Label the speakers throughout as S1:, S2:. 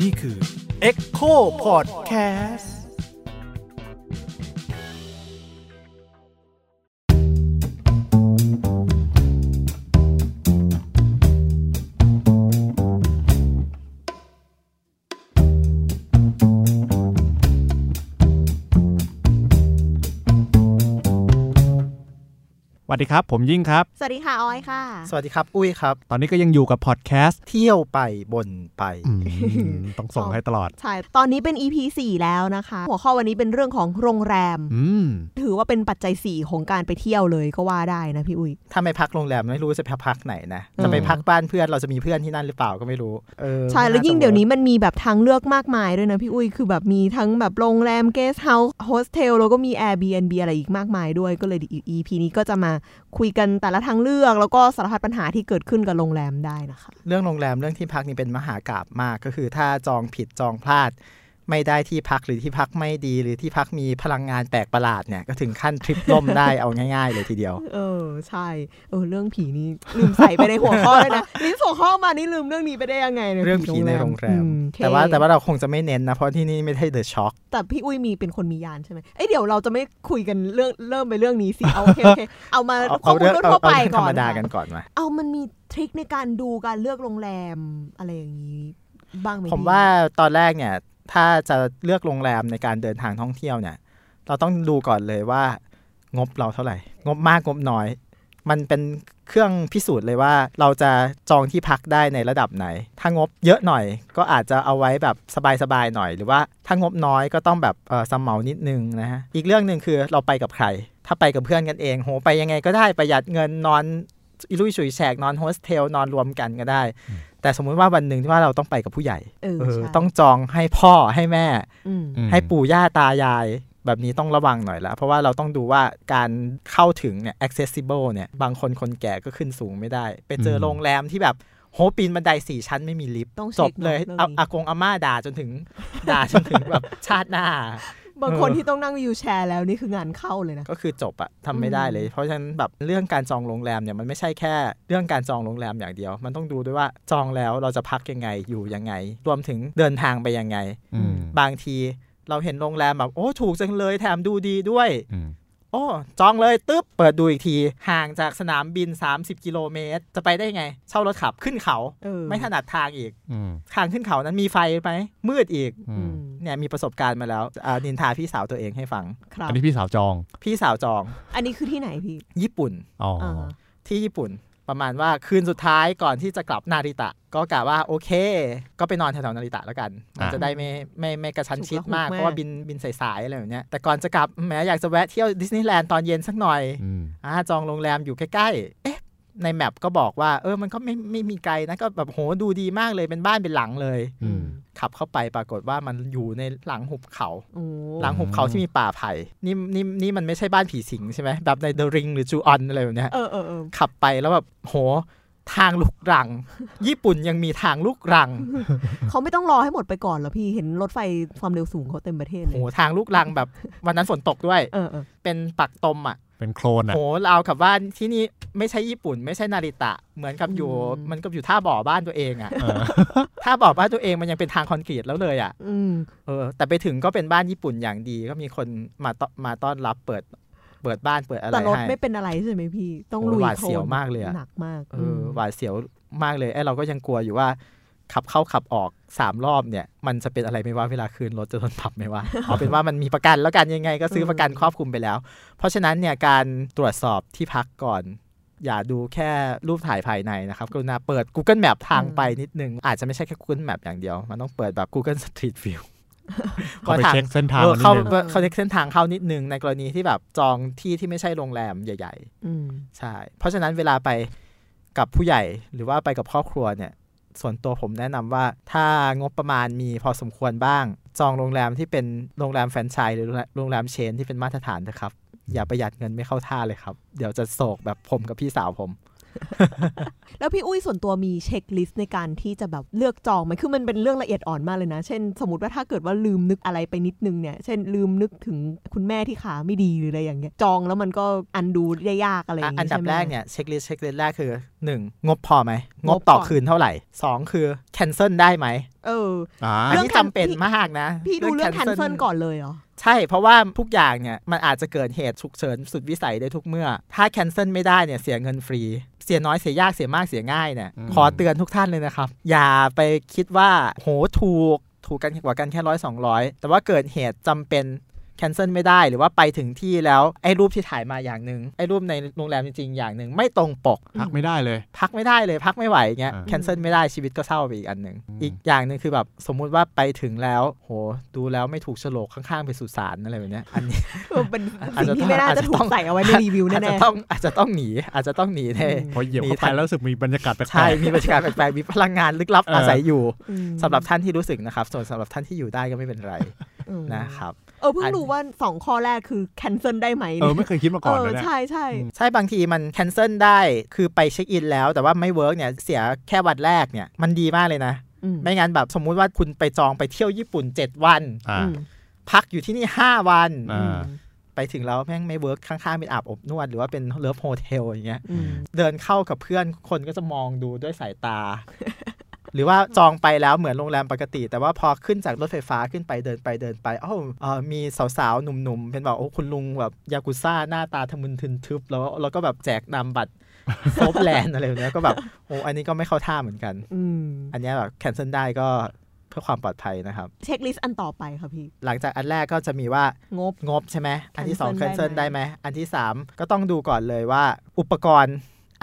S1: นี่คือ
S2: Echo Podcast
S1: สวัสดีครับ ผมยิ่งครับ
S3: สวัสดีค่ะ ออยค่ะ
S2: สวัสดีครับ อุ้ยครับ
S1: ตอนนี้ก็ยังอยู่กับพอดแคสต์
S2: เที่ยวไปบนไป
S1: อืมต้องส่งให้ตลอด
S3: ใช่ ตอนนี้เป็น EP 4 แล้วนะคะ หัวข้อวันนี้เป็นเรื่องของโรงแรม
S1: อืม
S3: ถือว่าเป็นปัจจัย 4 ของการไปเที่ยวเลยก็ว่าได้นะพี่อุ้ย
S2: ถ้าไม่พักโรงแรมไม่รู้จะไปพักไหนนะ
S3: อืม
S2: จะไปพักบ้านเพื่อนเราจะมีเพื่อนที่นั่นหรือเปล่าก็ไม่รู้เออ
S3: ใช่ แล้ว
S2: าจะ
S3: ยิ่งเดี๋ยวนี้มันมีแบบทางเลือกมากมายด้วยนะพี่อุ้ย คือแบบมีทั้งแบบโรงแรมเกสเฮาส์โฮสเทลแล้วก็มี Airbnb อะไรอีกมากมายด้วย ก็เลยเดี๋ยว EP นี้ก็จะมาคุยกันแต่ละทางเลือก แล้วก็สารพัดปัญหาที่เกิดขึ้นกับโรงแรมได้นะคะ
S2: เรื่องโรงแรมเรื่องที่พักนี่เป็นมหากาพย์มากก็คือ ถ้าจองผิดจองพลาด ไม่ได้ที่พักหรือที่พักไม่ดี หรือที่พักมีพลังงานแปลกประหลาดเนี่ยก็ถึงขั้นทริปล่มได้เอาง่ายๆ เลยทีเดียว
S3: เออ ใช่ เออ เรื่องผีนี่ลืมใส่ไปในหัวข้อเลยนะ ลิสต์หัวข้อมานี่ลืมเรื่องนี้ไปได้ยังไงนี่ย
S2: เรื่องผีในโรงแรม
S3: อืโอเค
S2: แต่ว่าแต่ว่าเราคงจะไม่เน้นนะเพราะที่นี่ไม่ใช่เดอะช็อค
S3: แต่พี่อุ้ยมีเป็นคนมียานใช่ไหมเอ้ยเดี๋ยวเราจะไม่คุยกันเรื่องเริ่มไปเรื่องนี้สิ เอาโอเคโอ เคเอามาข้อมูล
S2: เา
S3: ทั่วๆไป
S2: เรื่องธร
S3: ก่อ
S2: รม
S3: น
S2: ดา
S3: ค่ะ
S2: กันก่อนมา
S3: เอามันมีทริคในการดูการเลือกโรงแรมอะไรอย่างนี้ บ้างไหม
S2: ผม
S3: พี่
S2: ว่าตอนแรกเนี่ยถ้าจะเลือกโรงแรมในการเดินทางท่องเที่ยวเนี่ย เราต้องดูก่อนเลยว่า งบเราเท่าไหร่ งบมากงบน้อย มันเป็นเครื่องพิสูจน์เลยว่า เราจะจองที่พักได้ในระดับไหน ถ้างบเยอะหน่อย ก็อาจจะเอาไว้แบบสบายๆหน่อย หรือว่าถ้างบน้อยก็ต้องแบบเออสมเหมานิดนึงนะฮะอีกเรื่องหนึ่งคือเราไปกับใคร ถ้าไปกับเพื่อนกันเองโหไปยังไงก็ได้ประหยัดเงินนอนอิลุยฉุยแฉกนอนโฮสเทลนอนรวมกันก็ได้ แต่สมมุติว่าวันหนึ่งที่ว่าเราต้องไปกับผู้ใหญ่
S3: เออ
S2: เออ
S3: ใช่
S2: ต้องจองให้พ่อให้แม่
S3: อืม
S2: ให้ปู่ย่าตายาย แบบนี้ต้องระวังหน่อยละเพราะว่าเราต้องดูว่าการเข้าถึงเนี่ย accessible เนี่ยบางคนคนแก่ก็ขึ้นสูงไม่ได้ ไปเจออ
S1: ม
S2: โรงแรมที่แบบโหปีนบันไดสี่ชั้นไม่มีลิฟต์
S3: ต้อง
S2: จ
S3: ช็
S2: บ
S3: คนะ
S2: เลย
S3: รื่อง
S2: เอา
S3: นี้
S2: อากงอาม่าด่าจนถึง ด่าจนถึงแบบชาติหน้า
S3: บางคน
S2: เออ
S3: ที่ต้องนั่งวิวแชร์แล้วนี่คืองานเข้าเลยนะ
S2: ก็คือจบอะทำไม่ได้เลย เพราะฉะนั้นแบบเรื่องการจองโรงแรมเนี่ยมันไม่ใช่แค่ เรื่องการจองโรงแรมอย่างเดียว มันต้องดูด้วยว่าจองแล้วเราจะพักยังไงอยู่ยังไง รวมถึงเดินทางไปยังไง
S1: อืม
S2: บางทีเราเห็นโรงแรมแบบ โอ้ ถูกจังเลยแถมดูดีด้วย
S1: อืม
S2: โอ้ จองเลยตึ๊บ เปิดดูอีกที ห่างจากสนามบิน 30 กิโลเมตร จะไปได้ไง เช่ารถขับขึ้นเขา
S3: เออ
S2: ไม่ถนัดทางอีก
S1: อืม
S2: ทางขึ้นเขานั้นมีไฟไหมมืดอีก
S1: อื
S3: อื
S1: ม
S3: ม
S2: เนี่ยมีประสบการณ์มาแล้วอ่านินทาพี่สาวตัวเองให้ฟัง
S3: ครับ
S1: อันนี้พี่สาวจอง
S2: พี่สาวจอง
S3: อันนี้คือที่ไหนพี่
S2: ญี่ปุ่น
S1: อ๋ออา
S3: ฮะ
S2: ที่ญี่ปุ่นประมาณว่าคืนสุดท้ายก่อนที่จะกลับนาริตะ ก็กะว่าโอเค ก็ไปนอนแถวๆนาริตะแล้วกัน มันจะได้ไม่ไม่ไม่กระชั้นชิดมาก
S3: ฉุกละหุกมาก
S2: เพราะว่าบินบินสายๆอะไรแบบเนี้ยแต่ก่อนจะกลับแหมอยากจะแวะเที่ยวดิสนีย์แลนด์ตอนเย็นสักหน่อย
S1: อืม
S2: อ่าจองโรงแรมอยู่ใกล้ๆเอ๊ะในแมปก็บอกว่าเออมันก็ไม่ไม่มีไกลนะก็แบบโหดูดีมากเลยเป็นบ้านเป็นหลังเลย
S1: อืม
S2: ขับเข้าไปปรากฏว่ามันอยู่ในหลังหุบเขา
S3: โอ้
S2: หลังหุบเขาที่มีป่าไผ่นี่นี่นี่มันไม่ใช่บ้านผีสิงใช่ไหมแบบในเดอะริงหรือจูออนอะไรแบบเนี้ย
S3: เออเออเอ อ
S2: ขับไปแล้วแบบโหทางลูกรัง ญี่ปุ่นยังมีทางลูกรัง
S3: เขาไม่ต้องรอให้หมดไปก่อนเหรอพี่เห็นรถไฟความเร็วสูงเขาเต็มประเทศเล
S2: โห
S3: ย
S2: ทางลูกรังแบบ วันนั้นฝนตกด้วย
S3: เออเออ
S2: เป็นปักตมอ่ะ
S1: เป็นโคลนอ่ะ
S2: โหเราวกับว่าที่นี่ไม่ใช่ญี่ปุ่น ไม่ใช่นาริตะ เหมือนกับอยู่มันก็อยู่ท่าบ่อบ้านตัวเองอ่ะ
S1: เออ
S2: ท่าบ่อบ้านตัวเองมันยังเป็นทางคอนกรีตแล้วเลยอ่ะ
S3: อืม
S2: เออแต่ไปถึงก็เป็นบ้านญี่ปุ่นอย่างดี ก็มีคนมาตมาต้อนรับเปิดเปิดบ้านเปิดอะไร
S3: แต่รถ
S2: ให้
S3: ไม่เป็นอะไรใช่ไหมพี่ ต้อง
S2: โอ้ย
S3: ลุย
S2: หวาด
S3: โคลน
S2: เสียวมากเลยอะ
S3: หนักมาก
S2: เออ
S3: ม
S2: หวาดเสียวมากเลยไอ้เราก็ยังกลัวอยู่ว่า ขับเข้าขับออกสามรอบเนี่ย มันจะเป็นอะไรไหม่ว่าเวลาคืนรถจะโดนปรับไหม่ ว่า เอาเป็นว่ามันมีประกันแล้วกันยังไงก็ซื้อประกันครอบคลุมไปแล้ว เพราะฉะนั้นเนี่ยการตรวจสอบที่พักก่อน อย่าดูแค่รูปถ่ายภายในนะครับ กรุณาเปิด Google Map ทางไปนิดนึง อาจจะไม่ใช่แค่ Google Map อย่างเดียว มันต้องเปิดแบบ Google Street View
S1: เขาไปเช็คเส้นทาง
S2: เออเข้า
S1: นิดนึง
S2: เขาเช็คเส้นทางเข้านิดนึงในกรณีที่แบบจองที่ที่ไม่ใช่โรงแรมใหญ่ ๆ
S3: อืม
S2: ใช่ เพราะฉะนั้นเวลาไปกับผู้ใหญ่หรือว่าไปกับครอบครัวเนี่ย ส่วนตัวผมแนะนำว่าถ้างบประมาณมีพอสมควรบ้าง จองโรงแรมที่เป็นโรงแรมแฟรนไชส์หรือโรงแรมเชนที่เป็นมาตรฐานนะครับ อย่าประหยัดเงินไม่เข้าท่าเลยครับ เดี๋ยวจะโศกแบบผมกับพี่สาวผม
S3: แล้วพี่อุ้ยส่วนตัวมีเช็คลิสต์ในการที่จะแบบเลือกจองไหมคือมันเป็นเรื่องละเอียดอ่อนมากเลยนะ เช่น สมมติว่าถ้าเกิดว่าลืมนึกอะไรไปนิดนึงเนี่ย เช่นลืมนึกถึงคุณแม่ที่ขาไม่ดีหรืออะไรอย่างเงี้ย จองแล้วมันก็อันดูได้ยากอะไรอย่าง
S2: อ่ะ
S3: เงี้ย
S2: อันดับ
S3: ใช่ไหม
S2: แรกเนี่ยเช็คลิสต์เช็คลิสต์แรกคือ 1. งบพอไหม ง
S3: ง
S2: บบ ต่อ
S3: ก่อน
S2: คืนเท่าไหร่ 2 คือ cancel ได้ไหม
S3: เออ
S1: อ่า
S2: อัน
S3: เรื่อง
S2: นี้จำเป็น
S3: พี่
S2: มากนะ
S3: พี่ดูเรื่องแคนเซิล
S2: อน
S3: ก่อนเลยเหรอ
S2: ใช่ เพราะว่าทุกอย่างเนี่ย มันอาจจะเกิดเหตุฉุกเฉินสุดวิสัยได้ทุกเมื่อ ถ้าแคนเซิลไม่ได้เนี่ย เสียเงินฟรี เสียน้อยเสียยากเสียมากเสียง่ายเนี่ย
S1: อืม
S2: ขอเตือนทุกท่านเลยนะครับ อย่าไปคิดว่าโหถูกถูกกันกว่ากันแค่ร้อยสองร้อยแต่ว่าเกิดเหตุจำเป็นแคนเซิลไม่ได้หรือว่าไปถึงที่แล้วไอ้รูปที่ถ่ายมาอย่างหนึ่งไอ้รูปในโรงแรมจริงๆอย่างหนึ่งไม่ตรงปก
S1: พักไม่ได้เลย
S2: พักไม่ได้เลยพักไม่ไหวเงี้ย
S1: อ่า
S2: แคนเซิลไม่ได้ชีวิตก็เศร้าไปอีกอันหนึ่ง
S1: อืม
S2: อีกอย่างหนึ่งคือแบบสมมุติว่าไปถึงแล้ว โห ดูแล้วไม่ถูกโฉลกข้างๆไปสุสานอะไรแบบเนี้ยอันนี้
S3: เป็น
S2: อาจ
S3: สิ่
S2: จะ
S3: งที่ไม่น่า
S2: อาจจะ
S3: จะถู
S2: ต้
S3: ก
S2: อง
S3: ใส่เอาไว้ในรีวิว
S2: อาจ
S3: แน่
S2: จะต้องอาจจะต้องหนี อาจจะต้องหนีแน่
S1: พอเหยียบ
S2: มี
S1: เข้าไป
S2: ทาง
S1: แล้วรู้สึกมีบรรยากาศแปลกๆ
S2: ใช่มีบรรยากาศแปลกๆมีพลังงานลึกลับ
S1: เอออ
S2: อาศัยอยู่
S3: ๆอืม
S2: สำหรับท่านที่รู้สึกนะครับ ส่วนสำหรับท่านที่อยู่ได้ก็ไม่เป็นไร
S3: อืม
S2: นะครับ
S3: เออเพิ่
S2: อั
S3: ง
S2: น
S3: รู้ว่าสองข้อแรกคือแคนเซิลได้ไหม
S1: เออไม่เคยคิดมาก่อน
S3: เอ
S1: เลย
S3: อ
S1: เนี่ย
S3: ใช่ใช่
S1: อืม
S2: ใช่บางทีมันแคนเซิลได้คือไปเช็คอินแล้ว แต่ว่าไม่เวิร์กเนี่ยเสียแค่วันแรกเนี่ยมันดีมากเลยนะ
S3: อืม
S2: ไม่งั้นแบบสมมุติว่าคุณไปจองไปเที่ยวญี่ปุ่น 7 วัน
S1: อ่า
S3: อืม
S2: พักอยู่ที่นี่ 5 วัน
S1: อ่า
S2: ไปถึงแล้วแม่งไม่เวิร์กข้างๆเป็นอาบอบนวด หรือว่าเป็นเลิฟโฮเทลอย่างเงี้ย
S3: อืม
S2: เดินเข้ากับเพื่อนคนก็จะมองดูด้วยสายตา หรือว่าจองไปแล้วเหมือนโรงแรมปกติ แต่ว่าพอขึ้นจากรถไฟฟ้าขึ้นไปเดินไปเดินไปอ้าวเอ่อมีสาวๆ หนุ่มๆ เป็นแบบโอ้คุณลุงแบบยากุซ่าหน้าตาทะมึนทึนทึบ แล้วแล้วก็แบบแจกนามบัตร โซฟแลนด์อะไรแบบเนี้ยก็แบบโอ้อันนี้ก็ไม่เข้าท่าเหมือนกัน
S3: อืม
S2: อันเนี้ยแบบแคนเซิลได้ก็เพื่อความปลอดภัยนะครับ
S3: เช็คลิสต์อันต่อไปค่ะพี่
S2: หลังจากอันแรกก็จะมีว่า
S3: งบ
S2: งบใช่ไหม อันที่
S3: Cancel
S2: 2
S3: ได้
S2: cancel
S3: ไหม
S2: ได้ไหม อันที่ 3 ก็ต้องดูก่อนเลยว่าอุปกรณ์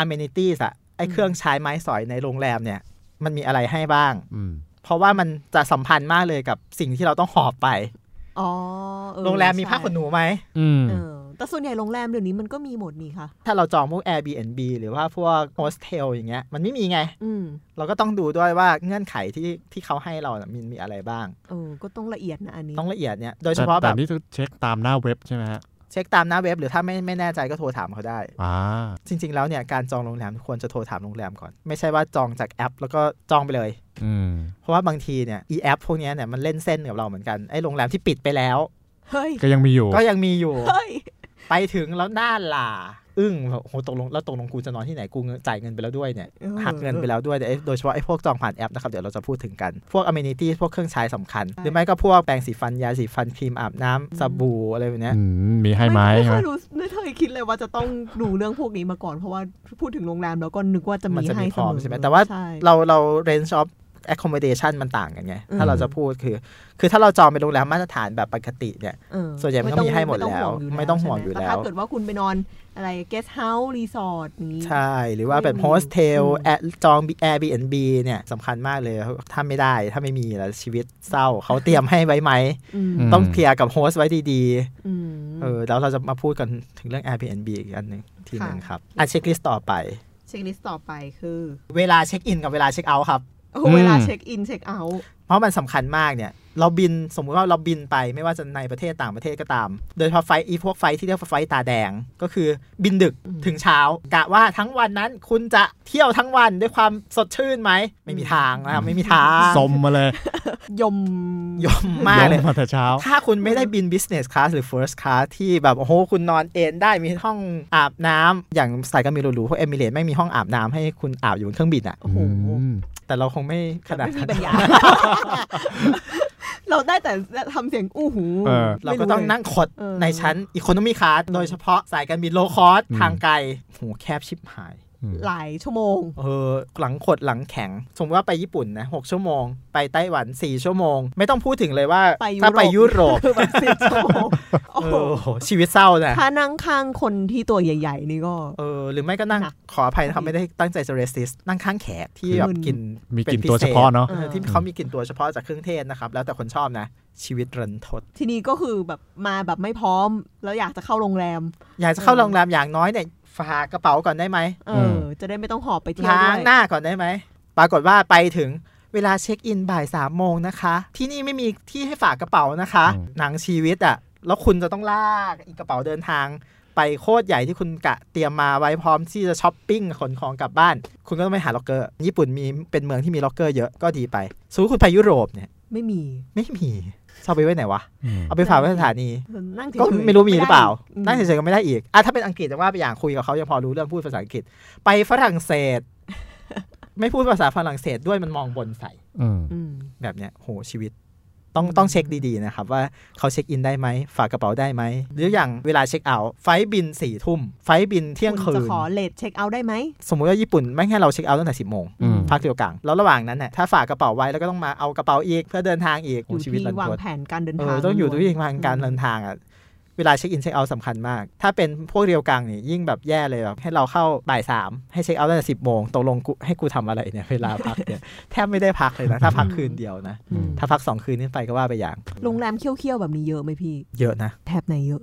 S2: amenities อะไอ
S3: อืม
S2: เครื่องใช้ไม้สอยในโรงแรมเนี่ย มันมีอะไรให้บ้าง
S1: อืม
S2: เพราะว่ามันจะสัมพันธ์มากเลยกับสิ่งที่เราต้องหอบไป
S3: อ๋อเออ
S2: โรงแรมมีผ้า
S3: ใช่
S2: ขนหนูไหม
S1: อืม
S3: เออแต่ส่วนใหญ่โรงแรมเดี๋ยวนี้มันก็มีหมดนี่ค่ะ
S2: ถ้าเราจองพวก Airbnb หรือว่าพวกโฮสเทลอย่างเงี้ย มันไม่มีไง
S3: อืม
S2: เราก็ต้องดูด้วยว่าเงื่อนไขที่ที่เขาให้เรานะมีมีอะไรบ้าง
S3: เออ ก็ต้องละเอียดนะอันนี้
S2: ต้องละเอียดเนี่ย โดยเฉ
S1: แต่
S2: พาะแบ
S1: แต่
S2: บ
S1: นี่ต้องเช็คตามหน้าเว็บใช่ไหมฮะ
S2: เช็คตามหน้าเว็บหรือถ้าไม่ไม่แน่ใจก็โทรถามเขาได้
S1: อ่า
S2: จริง ๆ แล้วเนี่ยการจองโรงแรมควรจะโทรถามโรงแรมก่อน ไม่ใช่ว่าจองจากแอป แล้วก็จองไปเลย
S1: อืม
S2: เพราะว่าบางทีเนี่ยอีแอปพวกเนี้ยเนี่ยมันเล่นเส้นกับเราเหมือนกันไอ้โรงแรมที่ปิดไปแล้ว
S3: เฮ้ย
S1: ก็ยังมีอยู่
S2: ก็ยังมีอยู่
S3: เฮ้ย
S2: ไปถึงแล้วหน้าหลาอึ้งแบบโหตกลงแล้วตกลงกูจะนอนที่ไหนกูเงินจ่ายเงินไปแล้วด้วยเนี่ย
S3: เออ
S2: หักเงินไปแล้วด้วยแต่ไอ้โดยเฉพาะไอ้พวกจองผ่านแอปนะครับเดี๋ยวเราจะพูดถึงกัน พวกอเมนิตี้พวกเครื่องใช้สำคัญ หรือไม่ก็พวกแปรงสีฟันยาสีฟันครีมอาบน้ำสบู่อะไรแบบเนี้ย
S1: อืม มีให้ไหม
S3: ไม่
S1: ใช่ไหม
S3: เคยรู้ไม่เคยคิดเลยว่าจะต้องดูเรื่องพวกนี้มาก่อน เพราะว่าพูดถึงโรงแรมแล้วก็นึกว่าจะ
S2: มั
S3: มี
S2: นจะมี
S3: ให้เส
S2: พร้อ
S3: ม
S2: ม
S3: อ
S2: ใช่ไหมแต่ว่า
S3: ใช่
S2: เราเรา range of accommodation มันต่างกันไง
S3: อืม
S2: ถ้าเราจะพูดคือ คือถ้าเราจองเป็นโรงแรมมาตรฐานแบบปกติเนี่ย
S3: เออ
S2: ส่วนใหญ่มันก็มีให้หมดแล้วไม่ต้องห่วงอยู่แล้ว
S3: ใช่ไหมต่ถ้าเกิดว่าคุณไปนอนอะไรเกสต์เฮาส์รีสอร์ทนี้
S2: ใช่ หรือว่าเป็น
S3: ไม่มี
S2: โฮสเทล
S3: อืม
S2: จอง Airbnb เนี่ยสำคัญมากเลย ถ้าไม่ได้ถ้าไม่มีแล้วชีวิตเศร้า เขาเตรียมให้ไว้ไหม
S3: อืม
S1: ม
S2: ต้องเคลียร์กับโฮสไว้ดี
S3: อืม
S2: ๆเออแล้วเราจะมาพูดกันถึงเรื่อง Airbnb อีกอันหนึ่งทีหนึ่ง
S3: ค่ะ
S2: ครับอ่ะเช็คลิสต์ต่อไป
S3: เช็คลิสต์ต่อไปคือ
S2: เวลาเช็คอินกับเวลาเช็คเอาท์ครับ
S3: โอ้เวลาเช็คอินเช็คเอาท์
S2: เพราะมันสำคัญมากเนี่ย เราบินสมมุติว่าเราบินไปไม่ว่าจะในประเทศต่างประเทศก็ตาม โดยเฉพาะไฟท์อีพวกไฟท์ที่เรียกว่าไฟท์ตาแดง ก็คือบินดึกถึงเช้ากะว่าทั้งวันนั้นคุณจะเที่ยวทั้งวันด้วยความสดชื่นไหม ไม่มีทางนะครับไม่มีทาง
S1: สมมาเลย
S3: ยม
S2: ยมมากเลย
S1: งมาแต่เช้า
S2: ถ้าคุณไม่ได้บิน business class หรือ first class ที่แบบ โอ้โห คุณนอนเอนได้มีห้องอาบน้ำอย่างสายการบินหรูๆพวกเอมิเรตไม่งมีห้องอาบน้ำให้คุณอาบอยู่บนเครื่องบินอะ
S3: โอ้โห
S1: อืม
S2: แต่เราคงไม่ขนาด
S3: ไม่มี
S2: นั้น
S3: ปัญญา เราได้แต่ทำเสียงอู้หู
S1: เออ
S2: เราก็ต้องนั่งขด
S3: เออ
S2: ในชั้นอี o n o m y c มีค s โดยเฉพาะสายการบินโลคอส
S1: อืม
S2: ทางไกลโหแคบชิบหาย
S1: อืม
S3: หลายชั่วโมง
S2: เออ หลังขดหลังแข็ง สมมติว่าไปญี่ปุ่นนะหกชั่วโมง ไปไต้หวัน 4 ชั่วโมง ไม่ต้องพูดถึงเลยว่า
S3: ไปยุโรป
S2: ถ้าไปยุโรป
S3: แบบสิบชั่วโมง โอ้
S2: เอ
S3: โห
S2: อโหชีวิตเศร้านะ
S3: ถ้านั่งข้างคนที่ตัวใหญ่ ๆ นี่ก็
S2: เออ หรือไม่ก็นั่ง
S3: หนัก
S2: ขออภัยนะครับ ไม่ได้ตั้งใจจะ resist นั่งข้างแขกที่แบบ
S3: อืม
S2: กิน
S1: มีกลิ่น
S2: ป็
S1: ตัวเฉพาะเนาะ
S2: เออที่เขามีกลิ่นตัวเฉพาะจากเครื่องเทศนะครับ แล้วแต่คนชอบนะ ชีวิตรันทด
S3: ทีนี้ก็คือแบบมาแบบไม่พร้อม แล้วอยากจะเข้าโรงแรม
S2: อยากจะเข้าโรงแรมอย่างน้อยเนี่ยฝากกระเป๋าก่อนได้ไหม
S3: เอ
S1: อื
S3: อ
S1: ม
S3: จะได้ไม่ต้องหอบไปเที่ยว
S2: ล้า
S3: ด้ว
S2: ง
S3: ย
S2: หน้าก่อนได้ไหม ปรากฏว่าไปถึงเวลาเช็คอินบ่ายสามโมงนะคะ ที่นี่ไม่มีที่ให้ฝากกระเป๋านะคะ
S1: อืม
S2: หนังชีวิตอะ่ะ แล้วคุณจะต้องลากอีกกระเป๋าเดินทาง ไปโคตรใหญ่ที่คุณกะเตรียมมาไว้พร้อมที่จะช้อปปิ้งขนของกลับบ้าน คุณก็ต้องไปหาล็อกเกอร์ ญี่ปุ่นมีเป็นเมืองที่มีล็อกเกอร์เยอะก็ดีไปสมมุติคุณไปยุโรปเนี่ย
S3: ไม่มี
S2: ไม่มีจะเอาไปไว้ไหนวะ
S1: อืม
S2: เอาไปฝากไว้สถานี
S3: นั่งเฉยๆ
S2: ก็ไม่รู้มีหรือเปล่า นั่
S3: ได้
S2: งเฉ
S3: อีก
S2: ยๆก็ไม่ได้อีกอ่ะถ้าเป็นอังกฤษจะว่าไปอย่างคุยกับเขายังพอรู้เรื่องพูดภาษาอังกฤษ ไปฝรั่งเศ ส ไม่พูดภาษาฝรั่งเศสด้วยมันมองบนใส่
S1: อืม
S3: อืม
S2: แบบเนี้ยโหชีวิต ต้องต้องเช็คดีๆนะครับ ว่าเขาเช็คอินได้ไหม ฝากกระเป๋าได้ไหม หรืออย่างเวลาเช็คเอาท์ไฟล์บินสี่ทุ่มไฟล์บินเที่ยง
S3: คุณ
S2: คื
S3: จะ
S2: น
S3: ขอเลทเช็คเอาท์ได้ไหม
S2: สมมุติว่าญี่ปุ่นไม่ให้เราเช็คเอาท์ตั้งแต่สิบโมง
S1: อืม
S2: พักเดียวกลางแล้วระหว่างนั้นเนี่ยถ้าฝากกระเป๋าไว้แล้วก็ต้องมาเอากระเป๋าอีกเพื่อเดินทางอีก
S3: อ
S2: โห
S3: ยู่
S2: ชีวิตรัน
S3: ที่วา
S2: ท
S3: ง
S2: ด
S3: แผนการเดิน
S2: เอ
S3: ทาง
S2: อต้องอยู่ที่ทางการ
S3: อื
S2: เดิ
S3: ม
S2: นทางอ่ะเวลาเช็คอินเช็คเอาท์สำคัญมาก ถ้าเป็นพวกเรียวกังนี่ยิ่งแบบแย่เลยแบบให้เราเข้าบ่ายสามให้เช็คเอาท์ตั้งแต่สิบโมงตกลงกูให้กูทำอะไรเนี่ยเวลาพักเนี่ย แทบไม่ได้พักเลยนะถ้าพักคืนเดียวนะ
S3: อืม
S2: ถ้าพักสองคืนขึ้นไปก็ว่าไปอย่าง
S3: โรงแรมเคี้ยวๆแบบนี้เยอะไหมพี่
S2: เยอะนะ
S3: แถบไหนเยอะ